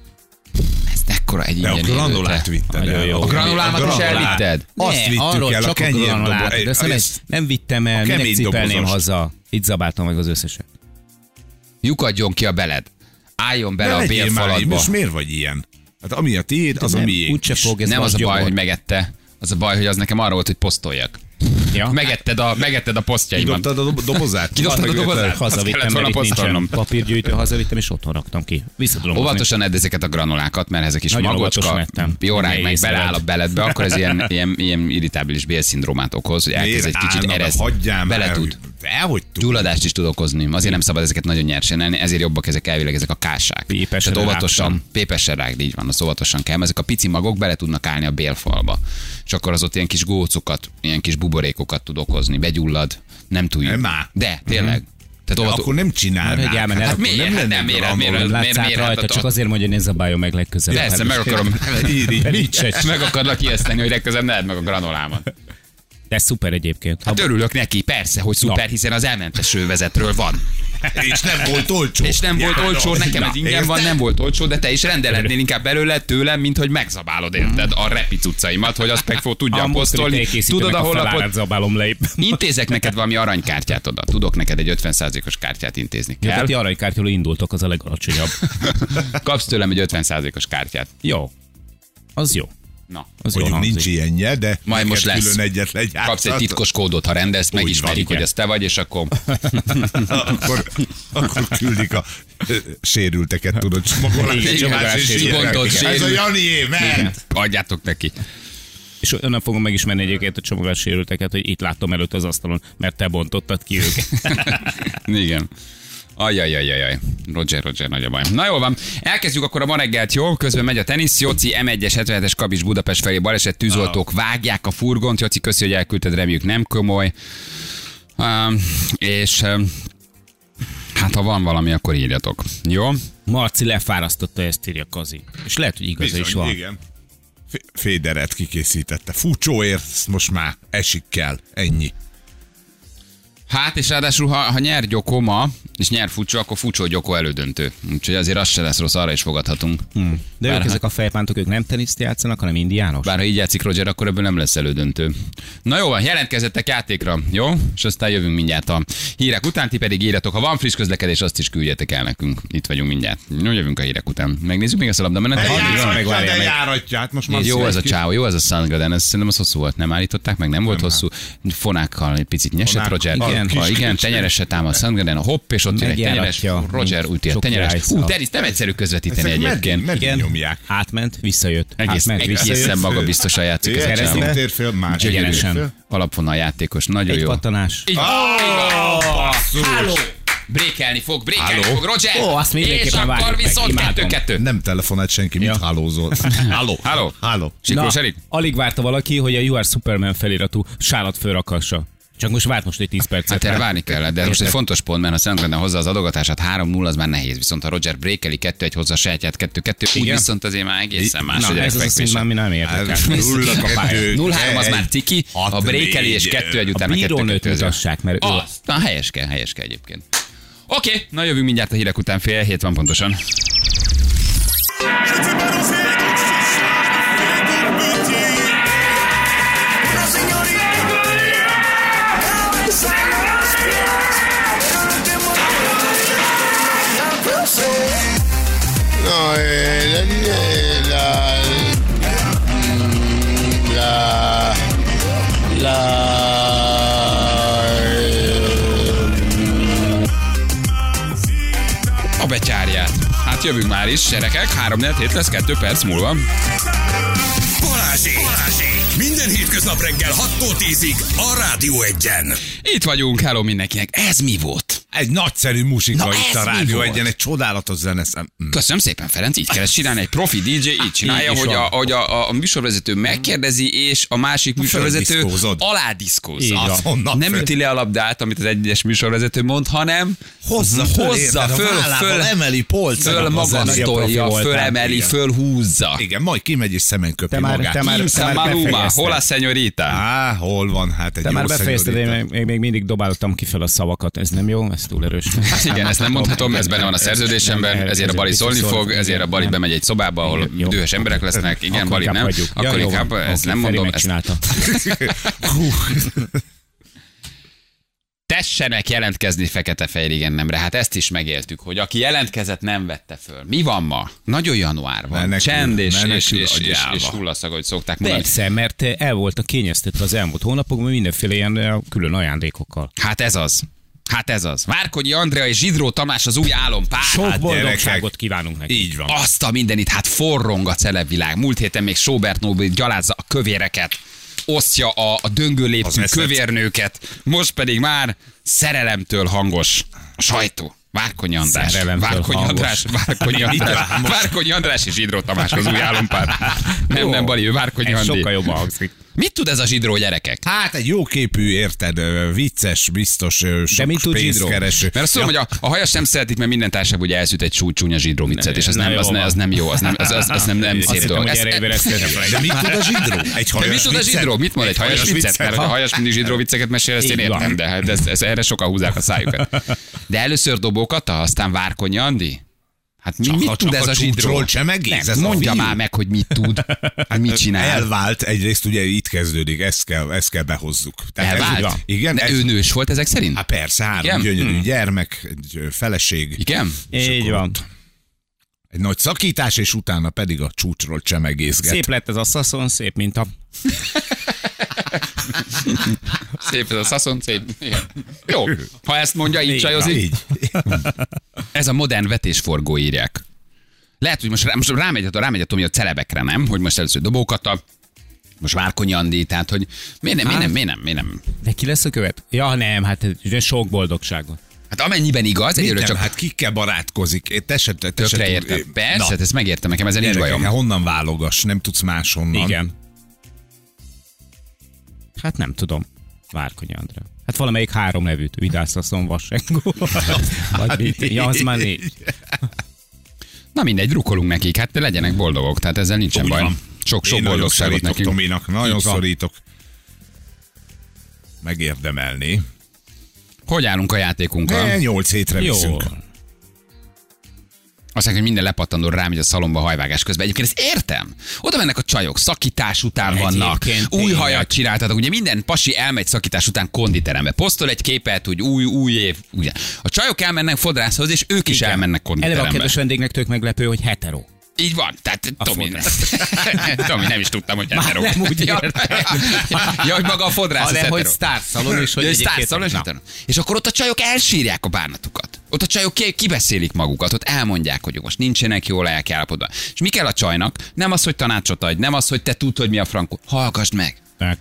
Speaker 1: Ez ekkora egy
Speaker 2: De a
Speaker 1: ingyen
Speaker 2: granulát
Speaker 1: élőte.
Speaker 2: vitted
Speaker 3: Nagyon
Speaker 2: el.
Speaker 3: jó.
Speaker 1: A granulámat is
Speaker 2: granulát.
Speaker 1: elvitted?
Speaker 2: Azt
Speaker 3: Ne,
Speaker 2: vittük
Speaker 3: arról
Speaker 2: el, a
Speaker 3: csak
Speaker 2: kenyér
Speaker 3: granulát,
Speaker 2: doboz.
Speaker 3: de azt nem,
Speaker 2: Ez-
Speaker 3: nem vittem el, minek
Speaker 2: kemény
Speaker 3: cipelném
Speaker 2: dobozos.
Speaker 3: haza. Így zabáltam meg az összeset.
Speaker 1: Lyukadjon ki a beled. Álljon bele
Speaker 2: Ne
Speaker 1: a
Speaker 2: legyél már így,
Speaker 1: bélfalatba.
Speaker 2: Most miért vagy ilyen? Hát ami a tiéd, az a miénk.
Speaker 3: Úgyse fog, ez
Speaker 1: Nem az a
Speaker 3: vasgyomor.
Speaker 1: baj, hogy megette. Az a baj, hogy az nekem arra volt, hogy posztoljak.
Speaker 3: Ja?
Speaker 1: Megetted a, megetted a posztjaimat.
Speaker 2: Kidobtad a dob- dobozát?
Speaker 1: Kidobtad a dobozát? Azt kellett
Speaker 3: Hazavittem,
Speaker 1: volna
Speaker 3: mert itt nincsen
Speaker 1: posztolnom.
Speaker 3: papírgyűjtő, hazavittem, és otthon raktam ki. Vissza tudom hozni.
Speaker 1: Óvatosan edd ezeket a granulákat, mert ezek is
Speaker 3: Nagyon
Speaker 1: magocska,
Speaker 3: óvatosan ettem.
Speaker 1: jó rág
Speaker 3: Ne
Speaker 1: meg
Speaker 3: észleled.
Speaker 1: beleáll a beledbe, akkor ez ilyen, ilyen, ilyen irritábilis bélszindrómát okoz, hogy elkezd egy kicsit erezni.
Speaker 2: Hagyjám
Speaker 1: Bele
Speaker 2: el,
Speaker 1: tud.
Speaker 2: Elhogy tud.
Speaker 1: Gyulladást is tud okozni. Azért nem szabad ezeket nagyon nyersen elni, ezért jobbak ezek elvileg ezek a kásák.
Speaker 3: Pépesre
Speaker 1: Tehát óvatosan,
Speaker 3: rágtam.
Speaker 1: pépesen rágd, így van, az óvatosan kell. mert Ezek a pici magok bele tudnak állni a bélfalba. És akkor az ott ilyen kis gócokat, ilyen kis buborékokat tud okozni. Begyullad, nem túl.
Speaker 2: Nem már.
Speaker 1: De, tényleg. Tehát óvatos.
Speaker 2: Akkor nem csinálnák.
Speaker 3: Egy elmen el,
Speaker 1: Hát
Speaker 3: Mhm. akkor
Speaker 1: miért? Hát nem éred, miért?
Speaker 3: nem
Speaker 1: miért-
Speaker 3: látszák
Speaker 1: miért-
Speaker 3: rajta,
Speaker 1: hát-
Speaker 3: csak azért mondja, hogy ne zabáljon meg legközelebb.
Speaker 1: Persze, meg akarom.
Speaker 3: Irigy.
Speaker 1: meg akarlak ijeszteni, hogy legközelebb ne edd meg a granulámat.
Speaker 3: De szuper egyébként. Ha
Speaker 1: Hát örülök neki, persze, hogy szuper,
Speaker 3: Na.
Speaker 1: hiszen az elmentes vezetről van.
Speaker 2: És nem volt olcsó.
Speaker 1: És nem volt
Speaker 2: Járok.
Speaker 1: olcsó, nekem ez
Speaker 2: Na,
Speaker 1: ingyen van,
Speaker 2: érted?
Speaker 1: nem volt olcsó, de te is rendelhetnél inkább belőle tőlem, mint hogy megzabálod, érted? A repi cuccaimat, hogy azt meg fog tudjam posztolni. Tudod,
Speaker 3: a
Speaker 1: ahol
Speaker 3: holnapot...
Speaker 1: lapot...
Speaker 3: zabálom le épp.
Speaker 1: Intézek neked valami aranykártyát oda. Tudok neked egy 50%-os kártyát intézni.
Speaker 3: Ja, tehát
Speaker 1: Kell?
Speaker 3: ti Hát, aranykártyáról indultok, az a legalacsonyabb.
Speaker 1: Kapsz tőlem egy 50%-os kártyát.
Speaker 3: jó. Az jó.
Speaker 1: Na.
Speaker 3: Az jó
Speaker 2: Mondjuk
Speaker 3: hangzik.
Speaker 2: nincs ilyenje, de
Speaker 1: Majd most
Speaker 2: neked
Speaker 1: lesz.
Speaker 2: külön egyet legyárthatod.
Speaker 1: Kapsz egy titkos kódot, ha rendelsz, megismerik,
Speaker 3: van,
Speaker 1: hogy
Speaker 3: igen.
Speaker 1: ez te vagy, és akkor
Speaker 2: akkor, akkor küldik a ö, sérülteket, tudod, csomagolás.
Speaker 3: Igen,
Speaker 2: és
Speaker 3: csomagolás,
Speaker 2: más, és
Speaker 3: sérült.
Speaker 2: ilyenek.
Speaker 1: Gondolt
Speaker 2: Ez a
Speaker 1: sérült.
Speaker 2: Janié, ment!
Speaker 1: adjátok neki.
Speaker 3: És onnan fogom megismerni egyébként a csomagolás sérülteket, hogy itt láttam előtt az asztalon, mert te bontottad ki őket.
Speaker 1: Igen. Ajajajajaj. Roger, Roger, nagy a baj. Na jó van, elkezdjük akkor a ma reggelt, jó? Közben megy a tenisz. Jóci M1-es 77-es Kabics Budapest felé baleset, tűzoltók vágják a furgont. Jóci, köszi, hogy elküldted, reméljük nem komoly. Um, és um, hát ha van valami, akkor írjatok. Jó?
Speaker 3: Marci lefárasztotta ezt, írja Kazi. És lehet, hogy igaza is van.
Speaker 2: igen. F- Féderet kikészítette. Fúcsóért most már esik kell. Ennyi.
Speaker 1: Hát, és ráadásul, ha, ha nyer Gyoko ma, és nyer Fucsó, akkor Fucsó Gyoko elődöntő. Úgyhogy azért az se lesz rossz, arra is fogadhatunk. Hmm.
Speaker 3: De ők ezek a fejpántok, ők nem teniszt játszanak, hanem indiános.
Speaker 1: Bár ha így játszik Roger, akkor ebből nem lesz elődöntő. Na jó, van, jelentkezzettek játékra, jó? És aztán jövünk mindjárt a hírek után, ti pedig írjatok, ha van friss közlekedés, azt is küldjetek el nekünk. Itt vagyunk mindjárt. Jó, jövünk a hírek után. Megnézzük még ezt a labdamenetet. Addig van, meg várjál meg.
Speaker 2: járatja, hát most
Speaker 1: Nézd, jó ez a
Speaker 2: csá.
Speaker 1: csávó, jó ez a Sandgraden, ez szerintem az hosszú volt, nem állították meg, nem volt hosszú. Fonákkal egy picit nyesett
Speaker 2: Fonák.
Speaker 1: Roger.
Speaker 2: Igen.
Speaker 1: Igen, ha
Speaker 2: Kis-
Speaker 1: igen,
Speaker 2: kis-
Speaker 1: tenyeresre támad Sandgraden, hopp, és ott jön egy tenyeres.
Speaker 3: Megjáratja,
Speaker 1: Roger
Speaker 3: mint
Speaker 1: úgy jön,
Speaker 3: sok
Speaker 1: tenyeres.
Speaker 3: királyszal.
Speaker 1: Ú, teniszt nem egyszerű közvetíteni
Speaker 2: Ezek
Speaker 1: egyébként.
Speaker 2: meddig, meddig nyomják?
Speaker 3: Átment, visszajött.
Speaker 1: Egész,
Speaker 3: Átment,
Speaker 1: egészen maga biztosan játszik ez a csávó.
Speaker 2: Keresztül térfél, más
Speaker 3: Egyenesen.
Speaker 2: térfél.
Speaker 1: Alapvonal játékos, nagyon
Speaker 3: Egy
Speaker 1: jó.
Speaker 3: pattanás.
Speaker 1: Így van, így van.
Speaker 2: Basszus.
Speaker 1: Brékelni fog, brékelni
Speaker 2: Halló?
Speaker 1: fog, Roger.
Speaker 3: Ó, azt
Speaker 1: És
Speaker 3: mindenképpen
Speaker 1: akkor
Speaker 3: várjuk meg,
Speaker 1: viszont
Speaker 3: imádom.
Speaker 1: kettő-kettő.
Speaker 2: Nem telefonált senki, mit
Speaker 3: Ja.
Speaker 2: hálózol? Halló.
Speaker 1: Halló.
Speaker 2: Halló.
Speaker 1: Siklós Erik?
Speaker 3: alig várta valaki, hogy a You Are Superman feliratú sálat fölrakassa. Csak most várt most egy 10 percet.
Speaker 1: Hát erre várni kellett, de ez most egy
Speaker 3: Érted?
Speaker 1: fontos pont, mert ha Szentgrenden hozza az adogatását 3-0, az már nehéz. Viszont ha Roger brékeli 2-1 hozza a sajátját 2-2, úgy
Speaker 3: Igen.
Speaker 1: viszont azért már egészen más.
Speaker 3: Na,
Speaker 1: egy
Speaker 3: ez az a szint
Speaker 1: fekvése.
Speaker 3: már mi nem érdekel.
Speaker 2: Hull a kapály.
Speaker 1: 0-3 az már ciki,
Speaker 2: Hat,
Speaker 1: a brékeli és
Speaker 2: négy,
Speaker 1: 2-1
Speaker 3: A
Speaker 1: után a
Speaker 3: bírónőt
Speaker 1: 2-2.
Speaker 3: mutassák, mert ő a
Speaker 1: Azt, na helyes kell, helyes kell egyébként. Oké, okay, na jövünk mindjárt a hírek után, fél hét van pontosan.
Speaker 5: No, eh, la, eh, la, la, la, eh,
Speaker 1: Hát jövünk már is, gyerekek. 3 4 hét lesz, 2 perc múlva.
Speaker 6: Balázsék! Balázsék! Minden hétköznap reggel 6-tól 10-ig a Rádió Egyen.
Speaker 1: Itt vagyunk, hello mindenkinek. Ez mi volt?
Speaker 2: Egy nagyszerű musika
Speaker 1: Na ez
Speaker 2: itt a
Speaker 1: mi
Speaker 2: rádió
Speaker 1: volt?
Speaker 2: egyen, egy csodálatos Mm. zeneszem.
Speaker 1: Köszönöm szépen, Ferenc. Így kell csinálni. Egy profi DJ így csinálja,
Speaker 2: Így is
Speaker 1: hogy, a,
Speaker 2: van.
Speaker 1: hogy a, a, a műsorvezető megkérdezi, és a másik műsorvezető
Speaker 2: földiszkózod.
Speaker 1: alá diszkóz.
Speaker 2: Így van. Azonnal
Speaker 1: Nem
Speaker 2: föl.
Speaker 1: üti le a labdát, amit az egyes műsorvezető mond, hanem
Speaker 2: Mm. Hozza föl,
Speaker 1: hozza
Speaker 2: érted, a
Speaker 1: föl,
Speaker 2: vállával
Speaker 1: föl,
Speaker 2: emeli polcra.
Speaker 1: föl
Speaker 2: Az
Speaker 1: magasztolja,
Speaker 2: zenei a profi
Speaker 1: fölemeli,
Speaker 2: voltál.
Speaker 1: fölemeli,
Speaker 2: Igen.
Speaker 1: fölhúzza.
Speaker 2: Igen, majd kimegy és szemen köpi
Speaker 3: Te már-
Speaker 2: magát.
Speaker 3: te már-
Speaker 2: Kim
Speaker 3: te már
Speaker 2: Samaruma,
Speaker 1: Maluma,
Speaker 3: befejezted.
Speaker 1: hol a szenyorita?
Speaker 2: Á, hol van hát egy
Speaker 3: Te
Speaker 2: jó
Speaker 3: már befejezted, én
Speaker 2: szenyorita.
Speaker 3: még, még, még mindig dobáltam ki fel a szavakat. Ez nem jó, ez túl erős.
Speaker 1: Hát Igen, ezt nem mondhatom, ez benne van a szerződésemben,
Speaker 3: Nem,
Speaker 1: ezért a Bali
Speaker 3: biztos
Speaker 1: szólni
Speaker 3: szólni
Speaker 1: fog,
Speaker 3: fog,
Speaker 1: ezért a Bali
Speaker 3: igen.
Speaker 1: bemegy egy szobába, ahol
Speaker 3: Jó.
Speaker 1: dühös emberek lesznek. Igen, Bali nem. Akkor inkább ezt nem mondom. ezt-
Speaker 3: Csinálta.
Speaker 1: tessenek jelentkezni fekete-fehér igennemre. Hát ezt is megéltük, hogy aki jelentkezett, nem vette föl. Mi van ma? Nagyon január van.
Speaker 2: Menekül,
Speaker 1: Csend és, és,
Speaker 2: menekül
Speaker 1: és, és,
Speaker 2: agyába.
Speaker 1: és hullaszag, hogy szokták mondani.
Speaker 3: Persze, mert el voltak kényeztetve az elmúlt hónapokban mindenféle ilyen eh, külön ajándékokkal.
Speaker 1: Hát ez az. Hát ez az. Várkonyi Andrea és Zsidró Tamás az új álompár.
Speaker 3: Sok
Speaker 1: Hát
Speaker 3: boldogságot kívánunk neki.
Speaker 2: Így van.
Speaker 1: Azt a mindenit, hát forrong a celebvilág. Múlt héten még Sobert Nobel gyalázza a kövéreket, osztja a, a döngő
Speaker 2: Az
Speaker 1: léptű
Speaker 2: eszet.
Speaker 1: kövérnőket, most pedig már szerelemtől hangos a sajtó. Várkonyi András,
Speaker 3: Szerelemtől
Speaker 1: Várkonyi
Speaker 3: hangos.
Speaker 1: András, Várkonyi András, Várkonyi András és Zsidró Tamás az új álompár. Nem, nem, Bali, ő Várkonyi
Speaker 3: Ez
Speaker 1: Andi.
Speaker 3: sokkal jobban hangzik.
Speaker 1: Mit tud ez a Zsidró gyerekek?
Speaker 2: Hát egy jó képű, érted, ö, vicces, biztos, ö, sok
Speaker 3: mit tud Zsidró?
Speaker 2: pénzkereső.
Speaker 1: Mert azt tudom, hogy a, a hajas nem szeretik, mert minden társaság ugye elszüt egy csú, csúnya zsidrómicet, és az
Speaker 3: na
Speaker 1: nem,
Speaker 3: jó
Speaker 1: az, ne,
Speaker 3: van.
Speaker 1: az nem jó, az nem, az, az, az nem, nem
Speaker 3: Azt
Speaker 1: szép
Speaker 3: hittem,
Speaker 1: dolog.
Speaker 3: hogy
Speaker 1: Ez-
Speaker 3: erre
Speaker 1: ez-
Speaker 3: ébereszkedtem rá.
Speaker 2: De mit tud a zsidró? Egy
Speaker 1: Te mit
Speaker 2: hajas
Speaker 1: tud a
Speaker 2: viccet?
Speaker 1: zsidró? Mit mond egy hajas,
Speaker 2: hajas
Speaker 1: viccet?
Speaker 2: viccet,
Speaker 1: Mert hogy a
Speaker 2: ha? Hát,
Speaker 1: hajas mindig zsidró vicceket mesél, ezt én
Speaker 3: Így van.
Speaker 1: értem, de hát ez, ez, erre sokan húzzák a szájukat. De először dobókata, aztán várkonyi Andi? Hát mi,
Speaker 2: Csak
Speaker 1: mit
Speaker 2: a-
Speaker 1: tud
Speaker 2: csak
Speaker 1: ez
Speaker 2: a
Speaker 1: a zsidró?
Speaker 2: csúcsról sem egész,
Speaker 1: Nem,
Speaker 2: ez a
Speaker 1: mondja
Speaker 2: fiú.
Speaker 1: már meg, hogy mit tud, hogy mit csinál.
Speaker 2: Elvált, egyrészt ugye itt kezdődik, ezt kell, ezt kell behozzuk. ez-
Speaker 1: Elvált?
Speaker 2: igen,
Speaker 1: De
Speaker 2: ez,
Speaker 1: ő nős volt ezek szerint?
Speaker 2: Hát persze, három
Speaker 1: Igen? Hm.
Speaker 2: igen? gyönyörű gyermek, egy ö, feleség,
Speaker 1: Igen?
Speaker 3: Így van.
Speaker 2: egy nagy szakítás, és utána pedig a csúcsról csemegészget.
Speaker 3: Szép lett ez a szaszon, szép mint a...
Speaker 1: Szép ez a szaszon, szép. Igen. Jó, ha ezt mondja, így csajozik.
Speaker 2: Így.
Speaker 1: Ez a modern vetésforgó írják. Lehet, hogy most, rá, most rámegy, a- rámegy a Tomi a celebekre, nem? Hogy most először dobókat a most Várkonyi Andi, tehát hogy miért nem, miért nem,
Speaker 2: Hát?
Speaker 1: miért nem, miért nem.
Speaker 3: De ki lesz a követ? Ja nem, hát ugye sok boldogságot.
Speaker 1: Hát amennyiben igaz, egyelőre
Speaker 2: Csak
Speaker 1: csak
Speaker 2: hát kikkel barátkozik. Én Te se, te te se
Speaker 1: tökre
Speaker 2: tud-
Speaker 1: értem.
Speaker 2: Na,
Speaker 1: Persze, hát ezt megértem, nekem ezen nincs
Speaker 2: gyerekek,
Speaker 1: bajom.
Speaker 2: hát honnan válogass, nem tudsz máshonnan.
Speaker 3: Igen. Hát nem tudom. Várkonyi Andrea. Hát valamelyik három nevűt. Vidászaszon, Vasengó. Vagy mit? Ja, az már négy.
Speaker 1: Na mindegy, drukkolunk nekik, hát de legyenek boldogok, tehát ezzel nincsen
Speaker 2: Úgy
Speaker 1: baj.
Speaker 2: van.
Speaker 1: Sok, sok
Speaker 2: Én nagyon
Speaker 1: boldogságot
Speaker 2: szorítok
Speaker 1: nekünk.
Speaker 2: Tominak, nagyon
Speaker 1: Így van.
Speaker 2: szorítok. Megérdemelni.
Speaker 1: Hogy állunk a
Speaker 2: De
Speaker 1: játékunkkal?
Speaker 2: 8 hétre
Speaker 3: Jó.
Speaker 2: viszünk.
Speaker 1: Azt mondják, hogy minden lepattandó rámegy a szalomba hajvágás közben. Egyébként ezt értem. Oda mennek a csajok, szakítás után vannak.
Speaker 3: Egyébként
Speaker 1: Új
Speaker 3: tényleg.
Speaker 1: hajat csináltatok. Ugye minden pasi elmegy szakítás után konditerembe. Posztol egy képet, hogy új, új év. Ugye. A csajok elmennek fodrászhoz, és ők is elmennek
Speaker 3: Eleve a
Speaker 1: konditerembe.
Speaker 3: kedves vendégnek tök meglepő, hogy hetero.
Speaker 1: Így van. Tehát Tomi,
Speaker 3: fodrász.
Speaker 1: Tomi, nem is tudtam, hogy hetero.
Speaker 3: nem úgy
Speaker 1: ja,
Speaker 3: értem.
Speaker 1: ja, hogy maga a fodrász az
Speaker 3: Hanem, hogy
Speaker 1: hetero.
Speaker 3: sztárszalon, és hogy
Speaker 1: Ja,
Speaker 3: egyébként-
Speaker 1: sztárszalon, és
Speaker 3: Na.
Speaker 1: hetero. És akkor ott a csajok elsírják a bánatukat. Ott a csajok ki- kibeszélik magukat, ott elmondják, hogy ők most nincsenek jól elkiállapodva. És mi kell a csajnak? Nem az, hogy tanácsot adj, nem az, hogy te tudd, hogy mi a frankó. Hallgassd meg!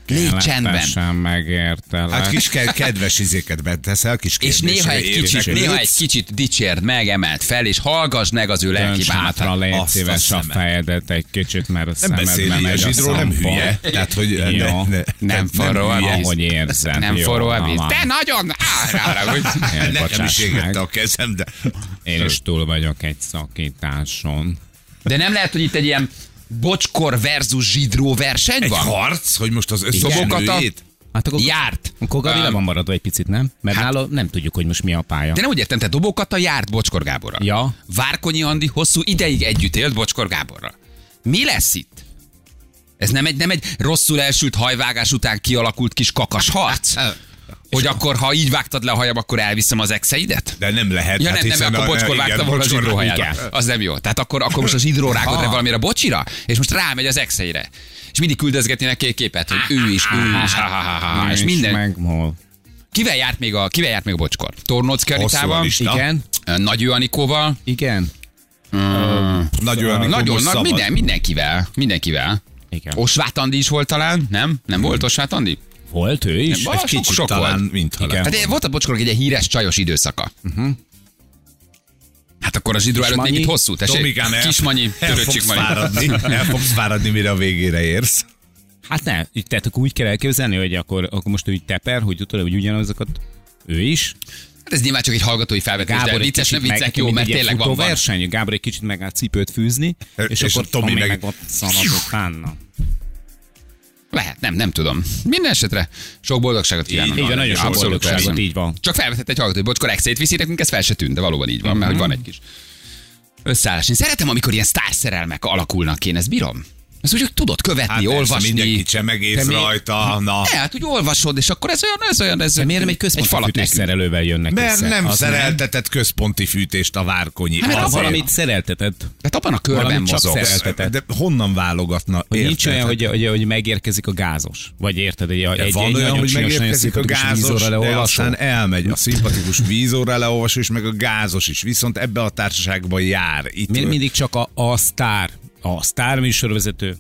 Speaker 1: Légy csendben!
Speaker 3: Sem megértelek.
Speaker 2: Hát kis ke- kedves izéket beteszel, kis
Speaker 1: És
Speaker 2: kérdésre
Speaker 1: néha egy, kicsit,
Speaker 2: érdeklődsz.
Speaker 1: néha egy kicsit dicsérd meg, emelt fel, és hallgass meg az ő lelki
Speaker 3: Dönts hátra,
Speaker 1: bánatát.
Speaker 3: légy
Speaker 2: Azt a
Speaker 3: szíves a
Speaker 2: szemet.
Speaker 3: fejedet egy kicsit, mert a
Speaker 2: Nem beszél
Speaker 3: szemedbe
Speaker 2: így, a
Speaker 3: megy a
Speaker 2: zsidról nem
Speaker 3: szampon.
Speaker 2: hülye. Tehát, hogy ne-
Speaker 3: Jó.
Speaker 2: ne-
Speaker 1: Nem forró a
Speaker 3: hülye.
Speaker 1: víz.
Speaker 3: Ahogy érzed.
Speaker 1: Nem
Speaker 3: Jó,
Speaker 1: forró a
Speaker 3: na
Speaker 1: víz.
Speaker 3: van.
Speaker 1: Te nagyon... Á, ráragudj.
Speaker 3: Jaj,
Speaker 2: Nekem
Speaker 3: bocsáss
Speaker 2: is
Speaker 3: meg.
Speaker 2: égette a kezem, de...
Speaker 3: Én is túl vagyok egy szakításon.
Speaker 1: De nem lehet, hogy itt egy ilyen bocskor versus zsidró verseny
Speaker 2: Egy
Speaker 1: van?
Speaker 2: harc, hogy most az
Speaker 1: Szobokata
Speaker 2: összeszobokata?
Speaker 3: Hát akkor,
Speaker 1: járt.
Speaker 3: akkor Gabi le van maradva egy picit, nem? Mert hát, nála nem tudjuk, hogy most mi a pálya.
Speaker 1: De nem úgy értem, te dobókata járt Bocskor Gáborra.
Speaker 3: Ja.
Speaker 1: Várkonyi Andi hosszú ideig együtt élt Bocskor Gáborra. Mi lesz itt? Ez nem egy, nem egy rosszul elsült hajvágás után kialakult kis kakas harc?
Speaker 3: Hát,
Speaker 1: Hogy akkor, ha így vágtad le a hajam, akkor elviszem az exeidet?
Speaker 2: De nem lehet. hát
Speaker 1: Ja nem, nem,
Speaker 2: hiszen
Speaker 1: akkor
Speaker 2: a-
Speaker 1: bocskor
Speaker 2: igen,
Speaker 1: vágtam volna az
Speaker 2: bocskor
Speaker 1: zsidró
Speaker 2: igen.
Speaker 1: haját. Az nem jó. Tehát akkor, akkor most a zsidró rágod rá valamire a bocsira, és most rámegy az exeire. És mindig küldözgetni neki egy képet, hogy ő is, ő is, ha, ha, ha, ha, ha, és minden.
Speaker 3: Meg, hol.
Speaker 1: Kivel járt még a, kivel járt még a bocskor? Tornocki
Speaker 2: Hosszú a
Speaker 1: Aritával,
Speaker 2: lista.
Speaker 3: Igen,
Speaker 1: Nagy Ő Anikóval,
Speaker 3: igen.
Speaker 2: Nagy olyan, amikor
Speaker 1: Nagyon
Speaker 2: most
Speaker 1: nagy,
Speaker 2: szabad.
Speaker 1: minden, mindenkivel, mindenkivel.
Speaker 3: Igen.
Speaker 1: Osváth Andi is volt talán, nem? Nem volt
Speaker 2: Hmm.
Speaker 1: Osváth Andi?
Speaker 3: Volt ő is?
Speaker 1: Nem,
Speaker 2: Egy
Speaker 1: sok-
Speaker 2: kicsit
Speaker 1: sok
Speaker 2: talán,
Speaker 1: volt.
Speaker 2: mint ha
Speaker 3: Igen. Mhm.
Speaker 2: lett.
Speaker 1: Hát volt a bocskorok egy ilyen híres csajos időszaka. Hát akkor a zsidró előtt még
Speaker 3: Kismanyi.
Speaker 1: itt hosszú, tessék.
Speaker 2: Tomikám, el,
Speaker 1: Kismanyi,
Speaker 2: el fogsz
Speaker 1: törőcsik Manyi.
Speaker 2: fáradni, el fogsz fáradni, mire a végére érsz.
Speaker 3: Hát nem, így- tehát akkor úgy kell elképzelni, hogy akkor, akkor most ő így teper, hogy utólag hogy ugyanazokat ő is.
Speaker 1: Hát ez nyilván csak egy hallgatói felvetés, de
Speaker 3: egy
Speaker 1: vicces, nem
Speaker 3: kicsit
Speaker 1: viccek,
Speaker 3: meg-
Speaker 1: jó,
Speaker 3: mint
Speaker 1: mert
Speaker 3: egy ilyen
Speaker 1: tényleg van, van.
Speaker 3: verseny, Gábor egy kicsit megáll cipőt fűzni, és,
Speaker 2: és
Speaker 3: akkor
Speaker 2: a Tomi
Speaker 3: Tomi meg,
Speaker 2: meg-
Speaker 3: ott szanatott fánna.
Speaker 1: Lehet, nem, nem tudom. Minden esetre sok boldogságot kívánok.
Speaker 3: Így van,
Speaker 1: arra.
Speaker 3: nagyon sok
Speaker 1: Abszolút
Speaker 3: boldogságot,
Speaker 1: persze.
Speaker 3: így van.
Speaker 1: Csak felvetett egy hallgató, hogy bocskor exét viszi, nekünk ez fel se tűnt, de valóban így
Speaker 3: Mhm.
Speaker 1: van, mert hogy van egy kis összeállás. Én szeretem, amikor ilyen sztárszerelmek alakulnak, én ezt bírom. Ezt úgy, hogy tudod követni,
Speaker 2: Hát persze,
Speaker 1: olvasni.
Speaker 2: mindenki csemegész
Speaker 1: Te mi-
Speaker 2: rajta, na.
Speaker 1: Ne, hát úgy olvasod, és akkor ez olyan, ez olyan, ez
Speaker 3: De miért nem egy
Speaker 1: egy falat
Speaker 3: központfűtés
Speaker 1: nekünk.
Speaker 3: szerelővel jönnek
Speaker 2: Mert
Speaker 3: össze?
Speaker 2: nem
Speaker 3: Az
Speaker 2: szereltetett központi fűtést a várkonyi.
Speaker 1: Hát, mert
Speaker 3: Az
Speaker 2: Azért.
Speaker 3: valamit szereltetett.
Speaker 1: Tehát Hát abban a körben
Speaker 3: Valamit csak
Speaker 1: mozogsz.
Speaker 3: szerel-
Speaker 2: De,
Speaker 3: szereltetett.
Speaker 2: de honnan válogatna?
Speaker 3: Hogy nincs
Speaker 2: érted?
Speaker 3: olyan, hogy, hogy, hogy megérkezik a gázos. Vagy érted, egy,
Speaker 2: De
Speaker 3: egy,
Speaker 2: van
Speaker 3: egy
Speaker 2: olyan,
Speaker 3: nagyon
Speaker 2: hogy
Speaker 3: csinos, nagyon
Speaker 2: megérkezik a
Speaker 3: szimpatikus
Speaker 2: gázos,
Speaker 3: vízorra
Speaker 2: de
Speaker 3: leolvasó.
Speaker 2: aztán elmegy a szimpatikus vízóra leolvasó, és meg a gázos is. Viszont ebbe a társaságban jár. Itt
Speaker 3: Miért mindig csak a, a sztár, a sztár műsorvezető?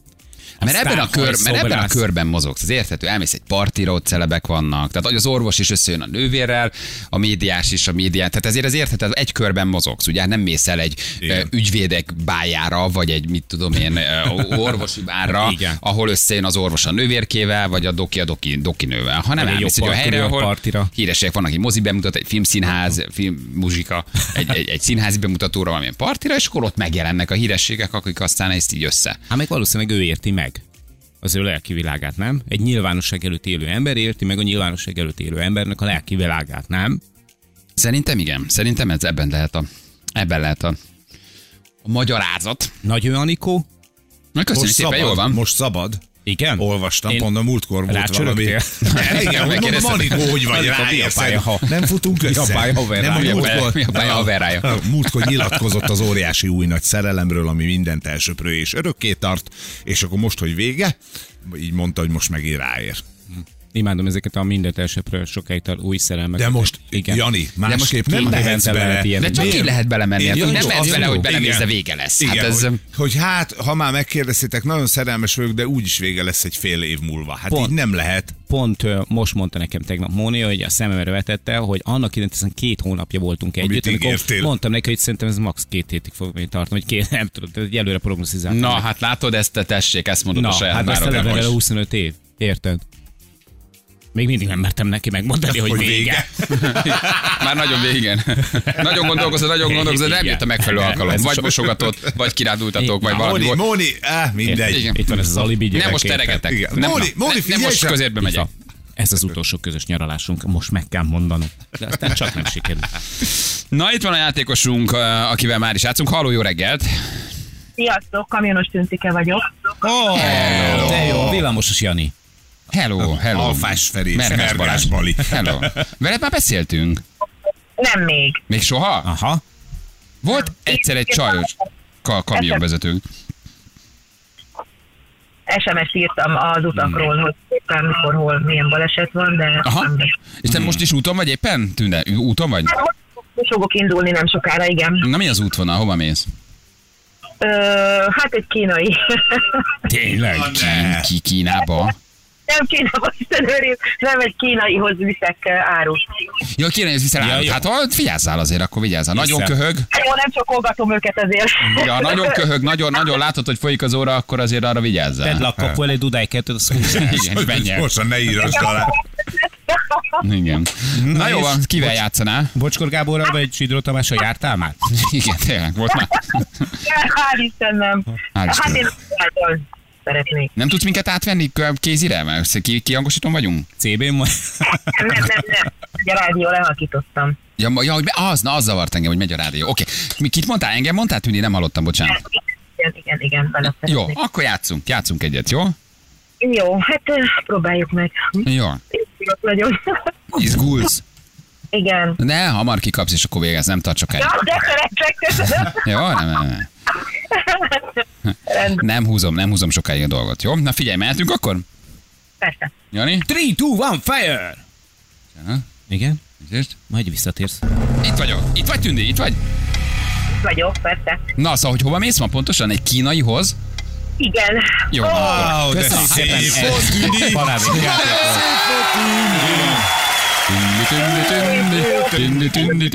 Speaker 3: A
Speaker 1: Mert ebben, a kör, mert ebben a
Speaker 3: hajszobrász.
Speaker 1: körben mozogsz, ez érthető, elmész egy partira, ott celebek vannak, tehát hogy az orvos is összejön a nővérrel, a médiás is a médián, tehát ezért ez érthető, egy körben mozogsz, ugye hát nem mész el egy
Speaker 2: Igen.
Speaker 1: Igen. ügyvédek bájára, vagy egy mit tudom én, ö, orvosi bárra,
Speaker 3: Igen.
Speaker 1: ahol összejön az orvos a nővérkével, vagy a doki a doki, dokinővel, hanem
Speaker 3: Vagy egy
Speaker 1: elmész egy
Speaker 3: jobb
Speaker 1: olyan helyre,
Speaker 3: partira,
Speaker 1: ahol
Speaker 3: partira.
Speaker 1: híresek vannak, egy mozi bemutat, egy filmszínház, film, muzsika, egy, egy, egy színházi bemutatóra, valamilyen partira, és akkor ott megjelennek a hírességek, akik aztán ezt így össze.
Speaker 3: Hát meg valószínűleg ő érti meg az ő lelki világát, nem? Egy nyilvánosság előtt élő ember érti meg a nyilvánosság előtt élő embernek a lelki világát, nem?
Speaker 1: Szerintem igen. Szerintem ez ebben lehet a, ebben lehet a, a magyarázat.
Speaker 3: Nagy ő Anikó?
Speaker 1: Na, köszönjük
Speaker 2: most
Speaker 1: szépen,
Speaker 2: szabad,
Speaker 1: jól van.
Speaker 2: Most szabad.
Speaker 3: Igen?
Speaker 2: Olvastam,
Speaker 3: Én-
Speaker 2: pont a múltkor volt
Speaker 3: Rácsörögtél?
Speaker 2: valami. Igen, mondom,
Speaker 1: Megkérdeztem.
Speaker 2: Manikó, hogy vagy
Speaker 3: Manikó, mi a
Speaker 2: ráérsz.
Speaker 3: pályaha?
Speaker 2: Nem futunk
Speaker 3: a
Speaker 2: össze.
Speaker 3: pályahaverája?
Speaker 2: Nem,
Speaker 1: Mi a
Speaker 2: múltkor-
Speaker 1: pálya- mi a pályahaverája?
Speaker 2: A Múltkor nyilatkozott az óriási új nagy szerelemről, ami mindent elsöprő és örökké tart, és akkor most, hogy vége, így mondta, hogy most megint ráér.
Speaker 3: Imádom ezeket a mindent elsőpről sokáig tart új szerelmeket.
Speaker 2: De most,
Speaker 3: Igen.
Speaker 2: Jani,
Speaker 3: most
Speaker 2: másképp nem
Speaker 3: nem
Speaker 2: mehetsz
Speaker 3: lehet
Speaker 2: bele.
Speaker 3: lehet ilyen.
Speaker 1: De csak
Speaker 2: Miért?
Speaker 1: így lehet belemenni.
Speaker 2: Én-
Speaker 1: Hát,
Speaker 2: Jó,
Speaker 1: hogy nem
Speaker 2: jó,
Speaker 1: mehetsz
Speaker 2: az
Speaker 1: bele,
Speaker 2: jó.
Speaker 1: hogy belemész,
Speaker 2: Igen.
Speaker 1: de vége lesz.
Speaker 2: Igen,
Speaker 1: Hát ez,
Speaker 2: hogy, hogy hát, ha már megkérdeztétek, nagyon szerelmes vagyok, de úgyis vége lesz egy fél év múlva. Hát
Speaker 3: Pont.
Speaker 2: így nem lehet.
Speaker 3: Pont ö, most mondta nekem tegnap Móni, hogy a szememre vetette, hogy annak idején hiszen két hónapja voltunk együtt,
Speaker 2: ígértél.
Speaker 3: mondtam neki, hogy szerintem ez max két hétig fog még tartani, hogy két, nem tudom, tehát egy előre prognosztizáltam.
Speaker 1: na, hát látod, ezt te tessék, ezt mondod
Speaker 3: Na,
Speaker 1: a saját
Speaker 3: hát ezt
Speaker 1: bárod,
Speaker 3: előbb
Speaker 1: nem
Speaker 3: vele
Speaker 1: most.
Speaker 3: 25 év. Érted? Még mindig nem mertem neki megmondani, hogy,
Speaker 2: Hogy
Speaker 3: hogy
Speaker 2: vége.
Speaker 3: vége.
Speaker 1: Már nagyon végen. nagyon gondolkozod, nagyon gondolkozod, de nem
Speaker 3: Igen.
Speaker 1: jött a megfelelő
Speaker 3: Nem,
Speaker 1: alkalom.
Speaker 3: ez
Speaker 1: Vagy
Speaker 3: so-
Speaker 1: mosogatott, vagy kirándultatok, vagy
Speaker 3: Na,
Speaker 1: valami
Speaker 2: Móni,
Speaker 1: volt.
Speaker 2: Móni, áh, mindegy.
Speaker 1: Igen.
Speaker 3: Itt van ez az alibi gyerek,
Speaker 1: Nem most
Speaker 3: érted?
Speaker 1: teregetek.
Speaker 2: Igen.
Speaker 1: Nem,
Speaker 2: Móni,
Speaker 1: na.
Speaker 2: Móni,
Speaker 1: Ne- nem
Speaker 2: figyelj
Speaker 1: most
Speaker 2: csak!
Speaker 1: közérbe
Speaker 3: Így
Speaker 1: megyek.
Speaker 3: van. Ez az utolsó közös nyaralásunk, most meg kell mondanom. De aztán csak nem sikerült.
Speaker 1: Na, itt van a játékosunk, eh, akivel már is játszunk. Halló, jó reggelt!
Speaker 7: Sziasztok, kamionos tüntike vagyok.
Speaker 3: Oh, de jó, villamosos Jani.
Speaker 1: Hello, hello.
Speaker 2: Alfás Feri,
Speaker 1: Mergás
Speaker 2: Mergás
Speaker 1: Balázs.
Speaker 2: Bali.
Speaker 1: Hello. Veled már beszéltünk?
Speaker 7: Nem még.
Speaker 1: Még soha?
Speaker 3: Aha.
Speaker 1: Volt egyszer egy csajos ka- kamionvezetőnk.
Speaker 7: SMS-t írtam az utakról, hogy éppen mikor, hol, milyen baleset van, de...
Speaker 1: Aha.
Speaker 7: nem Hát,
Speaker 1: És te most is úton vagy éppen? Tűnne, úton vagy?
Speaker 7: Most fogok indulni nem sokára, igen.
Speaker 1: Na mi az útvonal? Hova mész?
Speaker 7: Ö, hát egy kínai.
Speaker 3: Tényleg?
Speaker 1: Ki, ki Kínába?
Speaker 7: nem Kínába, Isten őriz, nem egy kínaihoz viszek ö, árut.
Speaker 1: Ja, kéne, ez viszel
Speaker 3: Ja,
Speaker 1: ja,
Speaker 3: jó.
Speaker 1: Hát ha figyelzzál azért, akkor vigyázzál. Nagyon
Speaker 3: Viszem.
Speaker 1: köhög.
Speaker 7: Hát Jó, nem csak olgatom őket ezért.
Speaker 1: Ja, nagyon köhög, nagyon, nagyon látod, hogy folyik az óra, akkor azért arra
Speaker 3: Tedd le
Speaker 1: vigyázzál.
Speaker 3: a kapu elé dudáj kettőt, az
Speaker 1: Igen, és menjek.
Speaker 2: Gyorsan ne írasd alá.
Speaker 1: Igen. Na jó, van, kivel játszanál?
Speaker 3: Bocskor Gáborral vagy Sidró Tamással jártál már?
Speaker 1: Igen, tényleg, volt már.
Speaker 7: Hál' Isten, nem.
Speaker 1: Hál' Istennek.
Speaker 7: Hát én Kínától szeretnék.
Speaker 1: Nem tudsz minket átvenni kö- kézire? Mert ki, kihangosítom vagyunk?
Speaker 3: CB-n majd?
Speaker 7: Nem, nem, nem, nem. A rádió lehalkítottam.
Speaker 1: Ja, ma- ja, hogy be, az, na az zavart engem, hogy megy a rádió. Oké, okay. kit mondtál? Engem mondtál, Tündi? Nem hallottam, bocsánat.
Speaker 7: Igen, igen, igen, vele
Speaker 1: Jó,
Speaker 7: szeretnék.
Speaker 1: akkor játszunk, játszunk egyet, jó?
Speaker 7: Jó, hát ö, próbáljuk meg.
Speaker 1: Jó.
Speaker 7: Izgulok Nagyon.
Speaker 1: Izgulsz.
Speaker 7: Igen.
Speaker 1: Ne, hamar kikapsz, és akkor végez, nem tart sokáig.
Speaker 7: Ja, de szeretlek, köszönöm.
Speaker 1: Jó, nem, nem, nem. Nem húzom, nem húzom sokáig a dolgot, jó? Na figyelj, mehetünk akkor?
Speaker 7: Persze.
Speaker 1: Jani?
Speaker 3: 3, 2, 1, fire!
Speaker 1: Aha.
Speaker 3: Igen?
Speaker 1: nézést.
Speaker 3: Majd visszatérsz.
Speaker 1: Itt vagyok, itt vagy Tündi, itt vagy?
Speaker 7: vagyok, persze.
Speaker 1: Na, szóval, hogy hova mész ma pontosan? Egy kínaihoz?
Speaker 7: Igen.
Speaker 1: Jó.
Speaker 2: Wow, de
Speaker 1: Köszönöm szépen.
Speaker 2: szép volt, Tündi.
Speaker 3: Parádi.
Speaker 2: Tündi.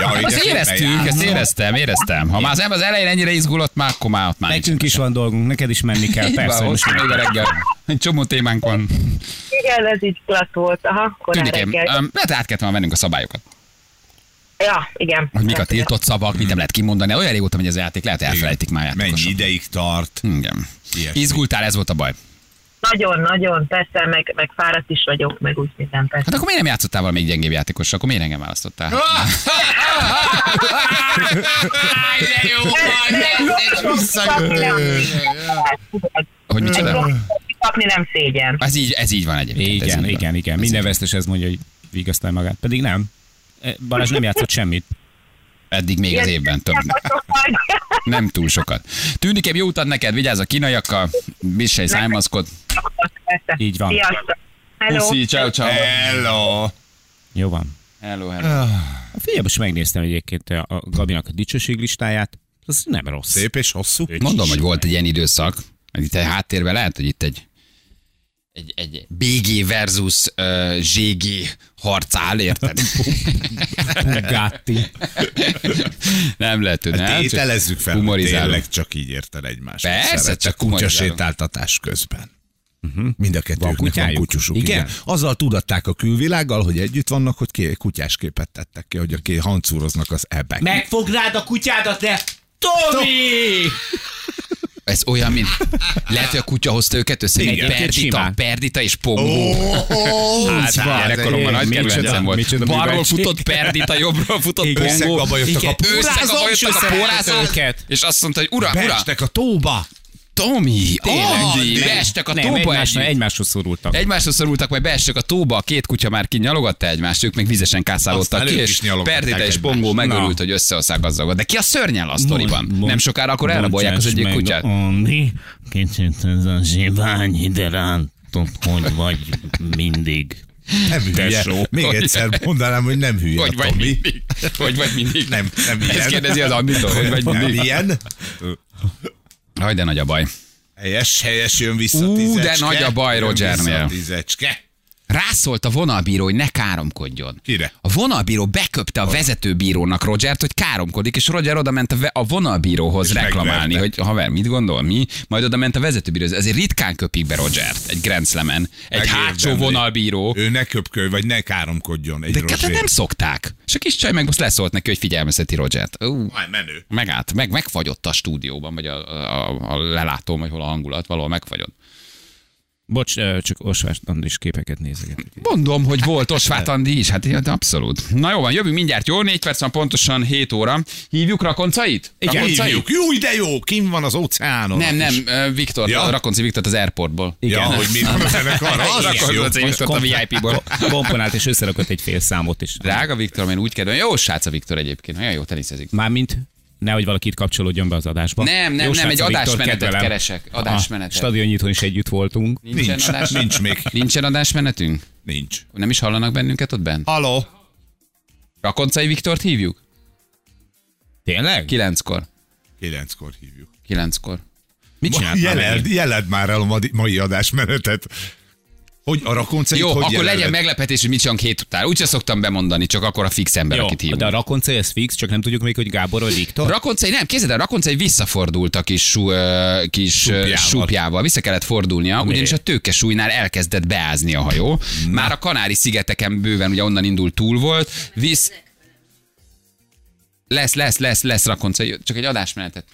Speaker 2: Jaj, de
Speaker 1: Ezt
Speaker 2: szép
Speaker 1: éreztük,
Speaker 2: helyen.
Speaker 1: ezt éreztem, éreztem. Ha már az ember az elején ennyire izgulott, már akkor már ott már
Speaker 3: Nekünk is van dolgunk, neked is menni kell,
Speaker 1: Így van,
Speaker 3: persze.
Speaker 1: Most
Speaker 3: most
Speaker 1: még a reggel. Egy csomó témánk van.
Speaker 7: Igen, ez így klassz volt. Aha, korán
Speaker 1: Tündikém,
Speaker 7: reggel.
Speaker 1: öm, lehet át kellett már vennünk a szabályokat.
Speaker 7: Ja, igen.
Speaker 1: Hogy mik a tiltott szavak, mit nem lehet kimondani. Olyan régóta megy ez a játék, lehet elfelejtik már
Speaker 2: Mennyi
Speaker 1: játékosok.
Speaker 2: ideig tart?
Speaker 1: Igen.
Speaker 2: Ilyesmi.
Speaker 1: Izgultál, ez volt a baj.
Speaker 7: Nagyon, nagyon, persze, meg, meg fáradt is vagyok, meg úgy minden, persze.
Speaker 1: Hát akkor miért nem játszottál valami gyengébb játékossal? Akkor miért engem választottál? De jó Hogy micsoda?
Speaker 7: Kapni nem szégyen.
Speaker 1: Ez így, ez így van egyébként. ez így
Speaker 3: Igen,
Speaker 1: van.
Speaker 3: igen, igen.
Speaker 1: Ez
Speaker 3: Minden
Speaker 1: így van.
Speaker 3: vesztes ez mondja, hogy vigasztalj magát. Pedig nem. E, Balázs nem játszott semmit.
Speaker 1: Eddig még az évben több. Nem túl sokat. Tűnikem jó utat neked, vigyázz a kínaiakkal, viselj szájmaszkot.
Speaker 3: Így van.
Speaker 7: Sziasztok. Hello.
Speaker 1: Puszi, ciao, ciao.
Speaker 2: Hello!
Speaker 3: Jó van.
Speaker 1: Hello, hello.
Speaker 3: Figyelj, most megnéztem egyébként a a Gabinak a dicsőség listáját. Az nem rossz.
Speaker 2: Szép és hosszú.
Speaker 1: Mondom, hogy volt egy ilyen időszak, hogy itt egy háttérben lehet, hogy itt egy egy, egy BG versus uh, ZG harc áll, érted?
Speaker 3: Bugatti.
Speaker 1: nem lehet, hogy nem.
Speaker 2: Hát
Speaker 1: csak
Speaker 2: tételezzük fel, hogy
Speaker 1: humorizálunk.
Speaker 2: tényleg csak így érted egymást.
Speaker 1: Persze, csak Mhm.
Speaker 2: csak
Speaker 1: humorizálunk.
Speaker 2: kutyasétáltatás közben. Uh-huh. Mind a kettőknek van,
Speaker 3: kutyájuk?
Speaker 2: kutyusuk.
Speaker 3: Igen?
Speaker 2: Igen? Azzal tudatták a külvilággal, hogy együtt vannak, hogy ké- kutyás képet tettek ki, hogy aki hancúroznak az ebek.
Speaker 3: Megfognád a kutyádat, de Tomi!
Speaker 1: Ez olyan, mint lehet, hogy a kutya hozta őket össze, egy
Speaker 3: Igen.
Speaker 1: perdita,
Speaker 3: Simán.
Speaker 1: perdita és pongó. Hát,
Speaker 2: van,
Speaker 1: gyerekkoromban nagy
Speaker 3: micsoda,
Speaker 1: kedvencem volt.
Speaker 3: micsoda
Speaker 1: Balról
Speaker 3: műveltség.
Speaker 1: futott perdita, jobbról futott
Speaker 3: Igen.
Speaker 1: pongó.
Speaker 2: Összekabajodtak
Speaker 1: Igen,
Speaker 2: a pórázók,
Speaker 1: összekabajodtak a
Speaker 3: és
Speaker 1: pórázók,
Speaker 3: őket.
Speaker 1: és azt mondta, hogy uram, uram,
Speaker 2: Beestek a tóba!
Speaker 1: Tomi,
Speaker 2: Tényleg,
Speaker 1: Andi,
Speaker 2: nem.
Speaker 1: beestek a
Speaker 3: Nem,
Speaker 1: tóba
Speaker 3: egymásra,
Speaker 1: együtt.
Speaker 3: egymáshoz szorultak.
Speaker 1: Egymáshoz szorultak, majd beestek a tóba, a két kutya már kinyalogatta egymást, ők még vizesen kászálódtak
Speaker 2: Aztán
Speaker 1: ki,
Speaker 2: ők
Speaker 1: és
Speaker 2: is nyalogatták
Speaker 1: Perdita és
Speaker 2: egymást.
Speaker 1: Pongó megörült,
Speaker 3: Na.
Speaker 1: hogy összeoszágazzagot. De ki a szörnyel a sztoriban?
Speaker 8: mond-
Speaker 1: Nem sokára akkor elrabolják az
Speaker 8: Bocsáss
Speaker 1: egyik
Speaker 8: meg,
Speaker 1: kutyát.
Speaker 8: Andi, kicsit ez a zsivány ide rántott, hogy vagy mindig.
Speaker 2: Nem hülye.
Speaker 8: Tesó.
Speaker 2: Még egyszer mondanám, hogy nem hülye
Speaker 1: Hogy
Speaker 2: a
Speaker 1: vagy
Speaker 2: Tomi.
Speaker 1: mindig? Hogy vagy mindig?
Speaker 2: Nem, nem ilyen.
Speaker 1: Ezt kérdezi az Anditól, hogy vagy
Speaker 2: Nem
Speaker 1: mindig?
Speaker 2: ilyen.
Speaker 1: Haj, de nagy a baj.
Speaker 2: Helyes, helyes, jön vissza
Speaker 1: Ú, de
Speaker 2: tízecske.
Speaker 1: nagy a baj
Speaker 2: Jön
Speaker 1: Rogernél.
Speaker 2: vissza tízecske.
Speaker 1: Rászólt a vonalbíró, hogy ne káromkodjon.
Speaker 2: Kire?
Speaker 1: A vonalbíró beköpte a vezetőbírónak Rogert, hogy káromkodik, és Roger oda ment a, ve- a vonalbíróhoz
Speaker 2: És
Speaker 1: reklamálni,
Speaker 2: megverte.
Speaker 1: hogy haver, mit gondol, mi? Majd oda ment a vezetőbíróhoz. Ezért ritkán köpik be Rogert egy Grand Slam-en. Egy
Speaker 2: Megérdemli.
Speaker 1: hátsó vonalbíró.
Speaker 2: Ő ne köpköl, vagy ne káromkodjon egy
Speaker 1: De
Speaker 2: rozsé.
Speaker 1: hát nem szokták. És a kis csaj meg most leszólt neki, hogy figyelmezteti Rogert. Ú,
Speaker 2: Majd menő.
Speaker 1: megállt, meg, megfagyott a stúdióban, vagy a, a, a lelátó, vagy hol a hangulat, valahol megfagyott.
Speaker 3: Bocs, ö, csak Osvás Andris képeket nézegetek.
Speaker 1: Mondom, hogy volt Osváth Andi is, hát ilyen abszolút. Na jó van, jövünk mindjárt, jó? Négy perc van pontosan 7 óra. Hívjuk Rakoncait?
Speaker 2: Igen,
Speaker 1: Rakoncait?
Speaker 2: hívjuk. Jó, de jó, kim van az óceánon.
Speaker 1: Nem, nem, ö, Viktor,
Speaker 2: Ja?
Speaker 1: ja? Rakonci Viktor az airportból.
Speaker 2: Ja, hogy mi van a zenekarra, az is jó.
Speaker 1: Rakonci Viktor a VIP-ból.
Speaker 3: Komponált és összerakott egy fél számot is.
Speaker 1: Drága Viktor, én úgy kedvem, jó srác a Viktor egyébként, nagyon jó teniszezik.
Speaker 3: Mármint nehogy valaki itt kapcsolódjon be az adásba.
Speaker 1: Nem, nem, nem,
Speaker 3: Jó srác,
Speaker 1: egy
Speaker 3: a Viktor,
Speaker 1: adásmenetet
Speaker 3: kedvelem.
Speaker 1: keresek, adásmenetet.
Speaker 3: A stadionnyiton is együtt voltunk.
Speaker 1: Nincsen
Speaker 2: Nincs,
Speaker 1: adás-
Speaker 2: nincs még.
Speaker 1: Nincsen adásmenetünk?
Speaker 2: Nincs.
Speaker 1: Nem is hallanak bennünket ott bent?
Speaker 2: Haló?
Speaker 1: Rakoncai Viktort hívjuk?
Speaker 3: Tényleg?
Speaker 1: Kilenckor.
Speaker 2: Kilenckor hívjuk.
Speaker 1: Kilenckor.
Speaker 3: Mit
Speaker 2: Ma-
Speaker 3: csinált?
Speaker 2: Jeleld, jeleld már el a madi- mai adásmenetet. Hogy a rakoncait,
Speaker 1: Jó,
Speaker 2: hogy
Speaker 1: akkor
Speaker 2: jelöled?
Speaker 1: legyen meglepetés, hogy mit csinálunk hét után. Úgyse szoktam bemondani, csak akkor a fix ember,
Speaker 3: Jó,
Speaker 1: akit hívunk.
Speaker 3: de a rakoncai ez fix, csak nem tudjuk még, hogy Gábor vagy Viktor.
Speaker 1: Rakoncai, nem, képzeld el, Rakoncai visszafordult a kis, sú, ö, kis súpjával.
Speaker 2: Súpjával.
Speaker 1: súpjával. Vissza kellett fordulnia, ugyanis a tőkesúlynál elkezdett beázni a hajó. Már a Kanári-szigeteken bőven, ugye onnan indult túl volt. Visz... Lesz, lesz, lesz, lesz Rakoncai. Csak egy adásmenetet.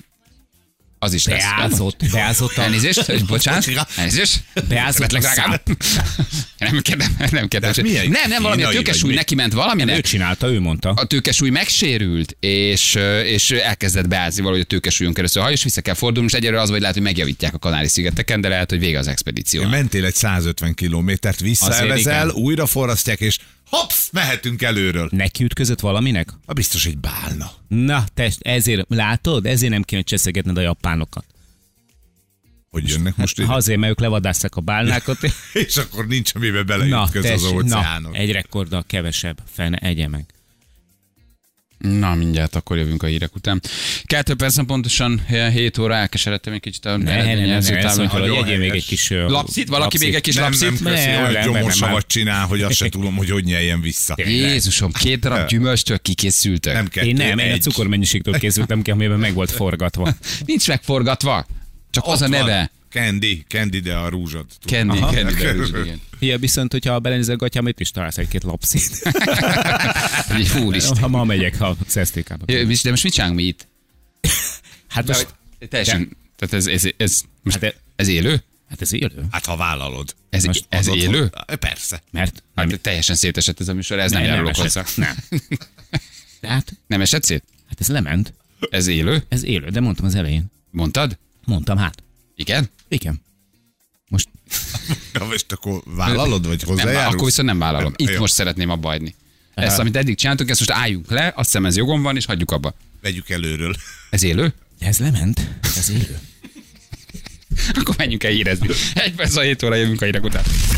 Speaker 1: Az is lesz.
Speaker 3: Beázott, beázott a...
Speaker 1: Elnézést, hogy bocsánat. Elnézést.
Speaker 3: Beázott
Speaker 1: Szeretlek,
Speaker 3: a
Speaker 1: drágám. Nem kérdem, nem kérdem.
Speaker 2: ez hát milyen
Speaker 1: Nem, nem, valami a
Speaker 2: kínai vagy
Speaker 1: tőkesúly
Speaker 2: mi?
Speaker 1: neki ment
Speaker 3: Ő
Speaker 1: valaminek
Speaker 3: csinálta, ő mondta.
Speaker 1: a tőkesúly megsérült, és, ö, és elkezdett beázni valahogy a tőkesúlyon keresztül a hajó, és vissza kell fordulni, és egyelőre az, hogy lehet, hogy megjavítják a Kanári-szigeteken, de lehet, hogy vége az expedíció.
Speaker 2: Mentél egy 150 kilométert, visszaelvezel, újra forrasztják, és hopsz, mehetünk előről.
Speaker 3: Neki ütközött valaminek?
Speaker 2: Ha biztos egy bálna.
Speaker 3: Na, test, ezért, látod? Ezért nem kéne cseszegetned a japánokat.
Speaker 2: Hogy jönnek most
Speaker 3: Ha
Speaker 2: ide?
Speaker 3: azért, mert ők levadászták a bálnákat.
Speaker 2: És akkor nincs, amiben
Speaker 3: Na,
Speaker 2: beleütköz az
Speaker 3: tess, na,
Speaker 2: óceánon.
Speaker 3: egy rekorddal kevesebb fene egye meg.
Speaker 1: Na, mindjárt akkor jövünk a hírek után. Kettő percen pontosan 7 óra elkeseredtem egy kicsit a
Speaker 3: Ne, ne, ne, ne, ne, ezt mondtad,
Speaker 1: eredményjelzőtáblán.
Speaker 3: hogy
Speaker 2: Nagyon
Speaker 3: jegyél még
Speaker 2: helyes.
Speaker 3: egy kis... ö,
Speaker 1: Lapszit? Valaki még egy kis lapszit?
Speaker 3: nem,
Speaker 2: Köszi,
Speaker 3: nem,
Speaker 2: olyan
Speaker 3: nem, nem, nem.
Speaker 2: gyomorsavat csinál, hogy azt se tudom, hogy hogy nyeljen vissza.
Speaker 1: Jézusom, két darab gyümölcstől kikészültök.
Speaker 2: Nem kettő,
Speaker 3: Én nem, én a
Speaker 2: egy.
Speaker 3: cukormennyiségtől készültem ki, amiben meg volt forgatva.
Speaker 1: Nincs megforgatva. Csak az a
Speaker 2: Ott van.
Speaker 1: neve.
Speaker 2: Candy, Candy, de a rúzsad.
Speaker 1: Candy,
Speaker 2: Aha.
Speaker 1: Candy Berős, igen.
Speaker 3: Ilyen viszont, hogyha belenézel a gatyámat, is találsz egy-két lapszit.
Speaker 1: Úristen.
Speaker 3: Ha ma megyek a szesztékába.
Speaker 1: Jö, mi- De most mit csinálunk mi itt?
Speaker 3: Hát most,
Speaker 1: Teljesen. Tehát ez, ez, ez, most
Speaker 3: Hát de-
Speaker 1: ez élő?
Speaker 3: hát ez élő.
Speaker 2: Hát ha vállalod.
Speaker 1: Ez,
Speaker 3: Most
Speaker 1: ez
Speaker 3: az otthon-
Speaker 1: élő?
Speaker 2: Persze.
Speaker 3: Mert
Speaker 1: Hát
Speaker 3: nem,
Speaker 1: te teljesen szétesett ez a műsor, ez nem,
Speaker 3: nem,
Speaker 1: nem járulok
Speaker 3: esett.
Speaker 1: hozzá.
Speaker 3: Nem. Tehát,
Speaker 1: Nem esett szét?
Speaker 3: hát ez lement.
Speaker 1: Ez élő?
Speaker 3: Ez élő, de mondtam az elején.
Speaker 1: Mondtad?
Speaker 3: Mondtam, hát.
Speaker 1: Igen?
Speaker 3: Igen. Most
Speaker 2: Na most akkor vállalod, vagy
Speaker 1: Nem,
Speaker 2: hozzájárulsz?
Speaker 1: akkor viszont nem vállalom. Itt
Speaker 2: Jó.
Speaker 1: most szeretném abba hagyni. Ezt, amit eddig csináltunk, ezt most álljunk le, azt hiszem ez jogom van, és hagyjuk abba.
Speaker 2: Vegyük előről.
Speaker 1: Ez élő?
Speaker 3: ez lement. Ez élő.
Speaker 1: Akkor menjünk el érezni. Egy perc a hét óra jövünk a hírek után.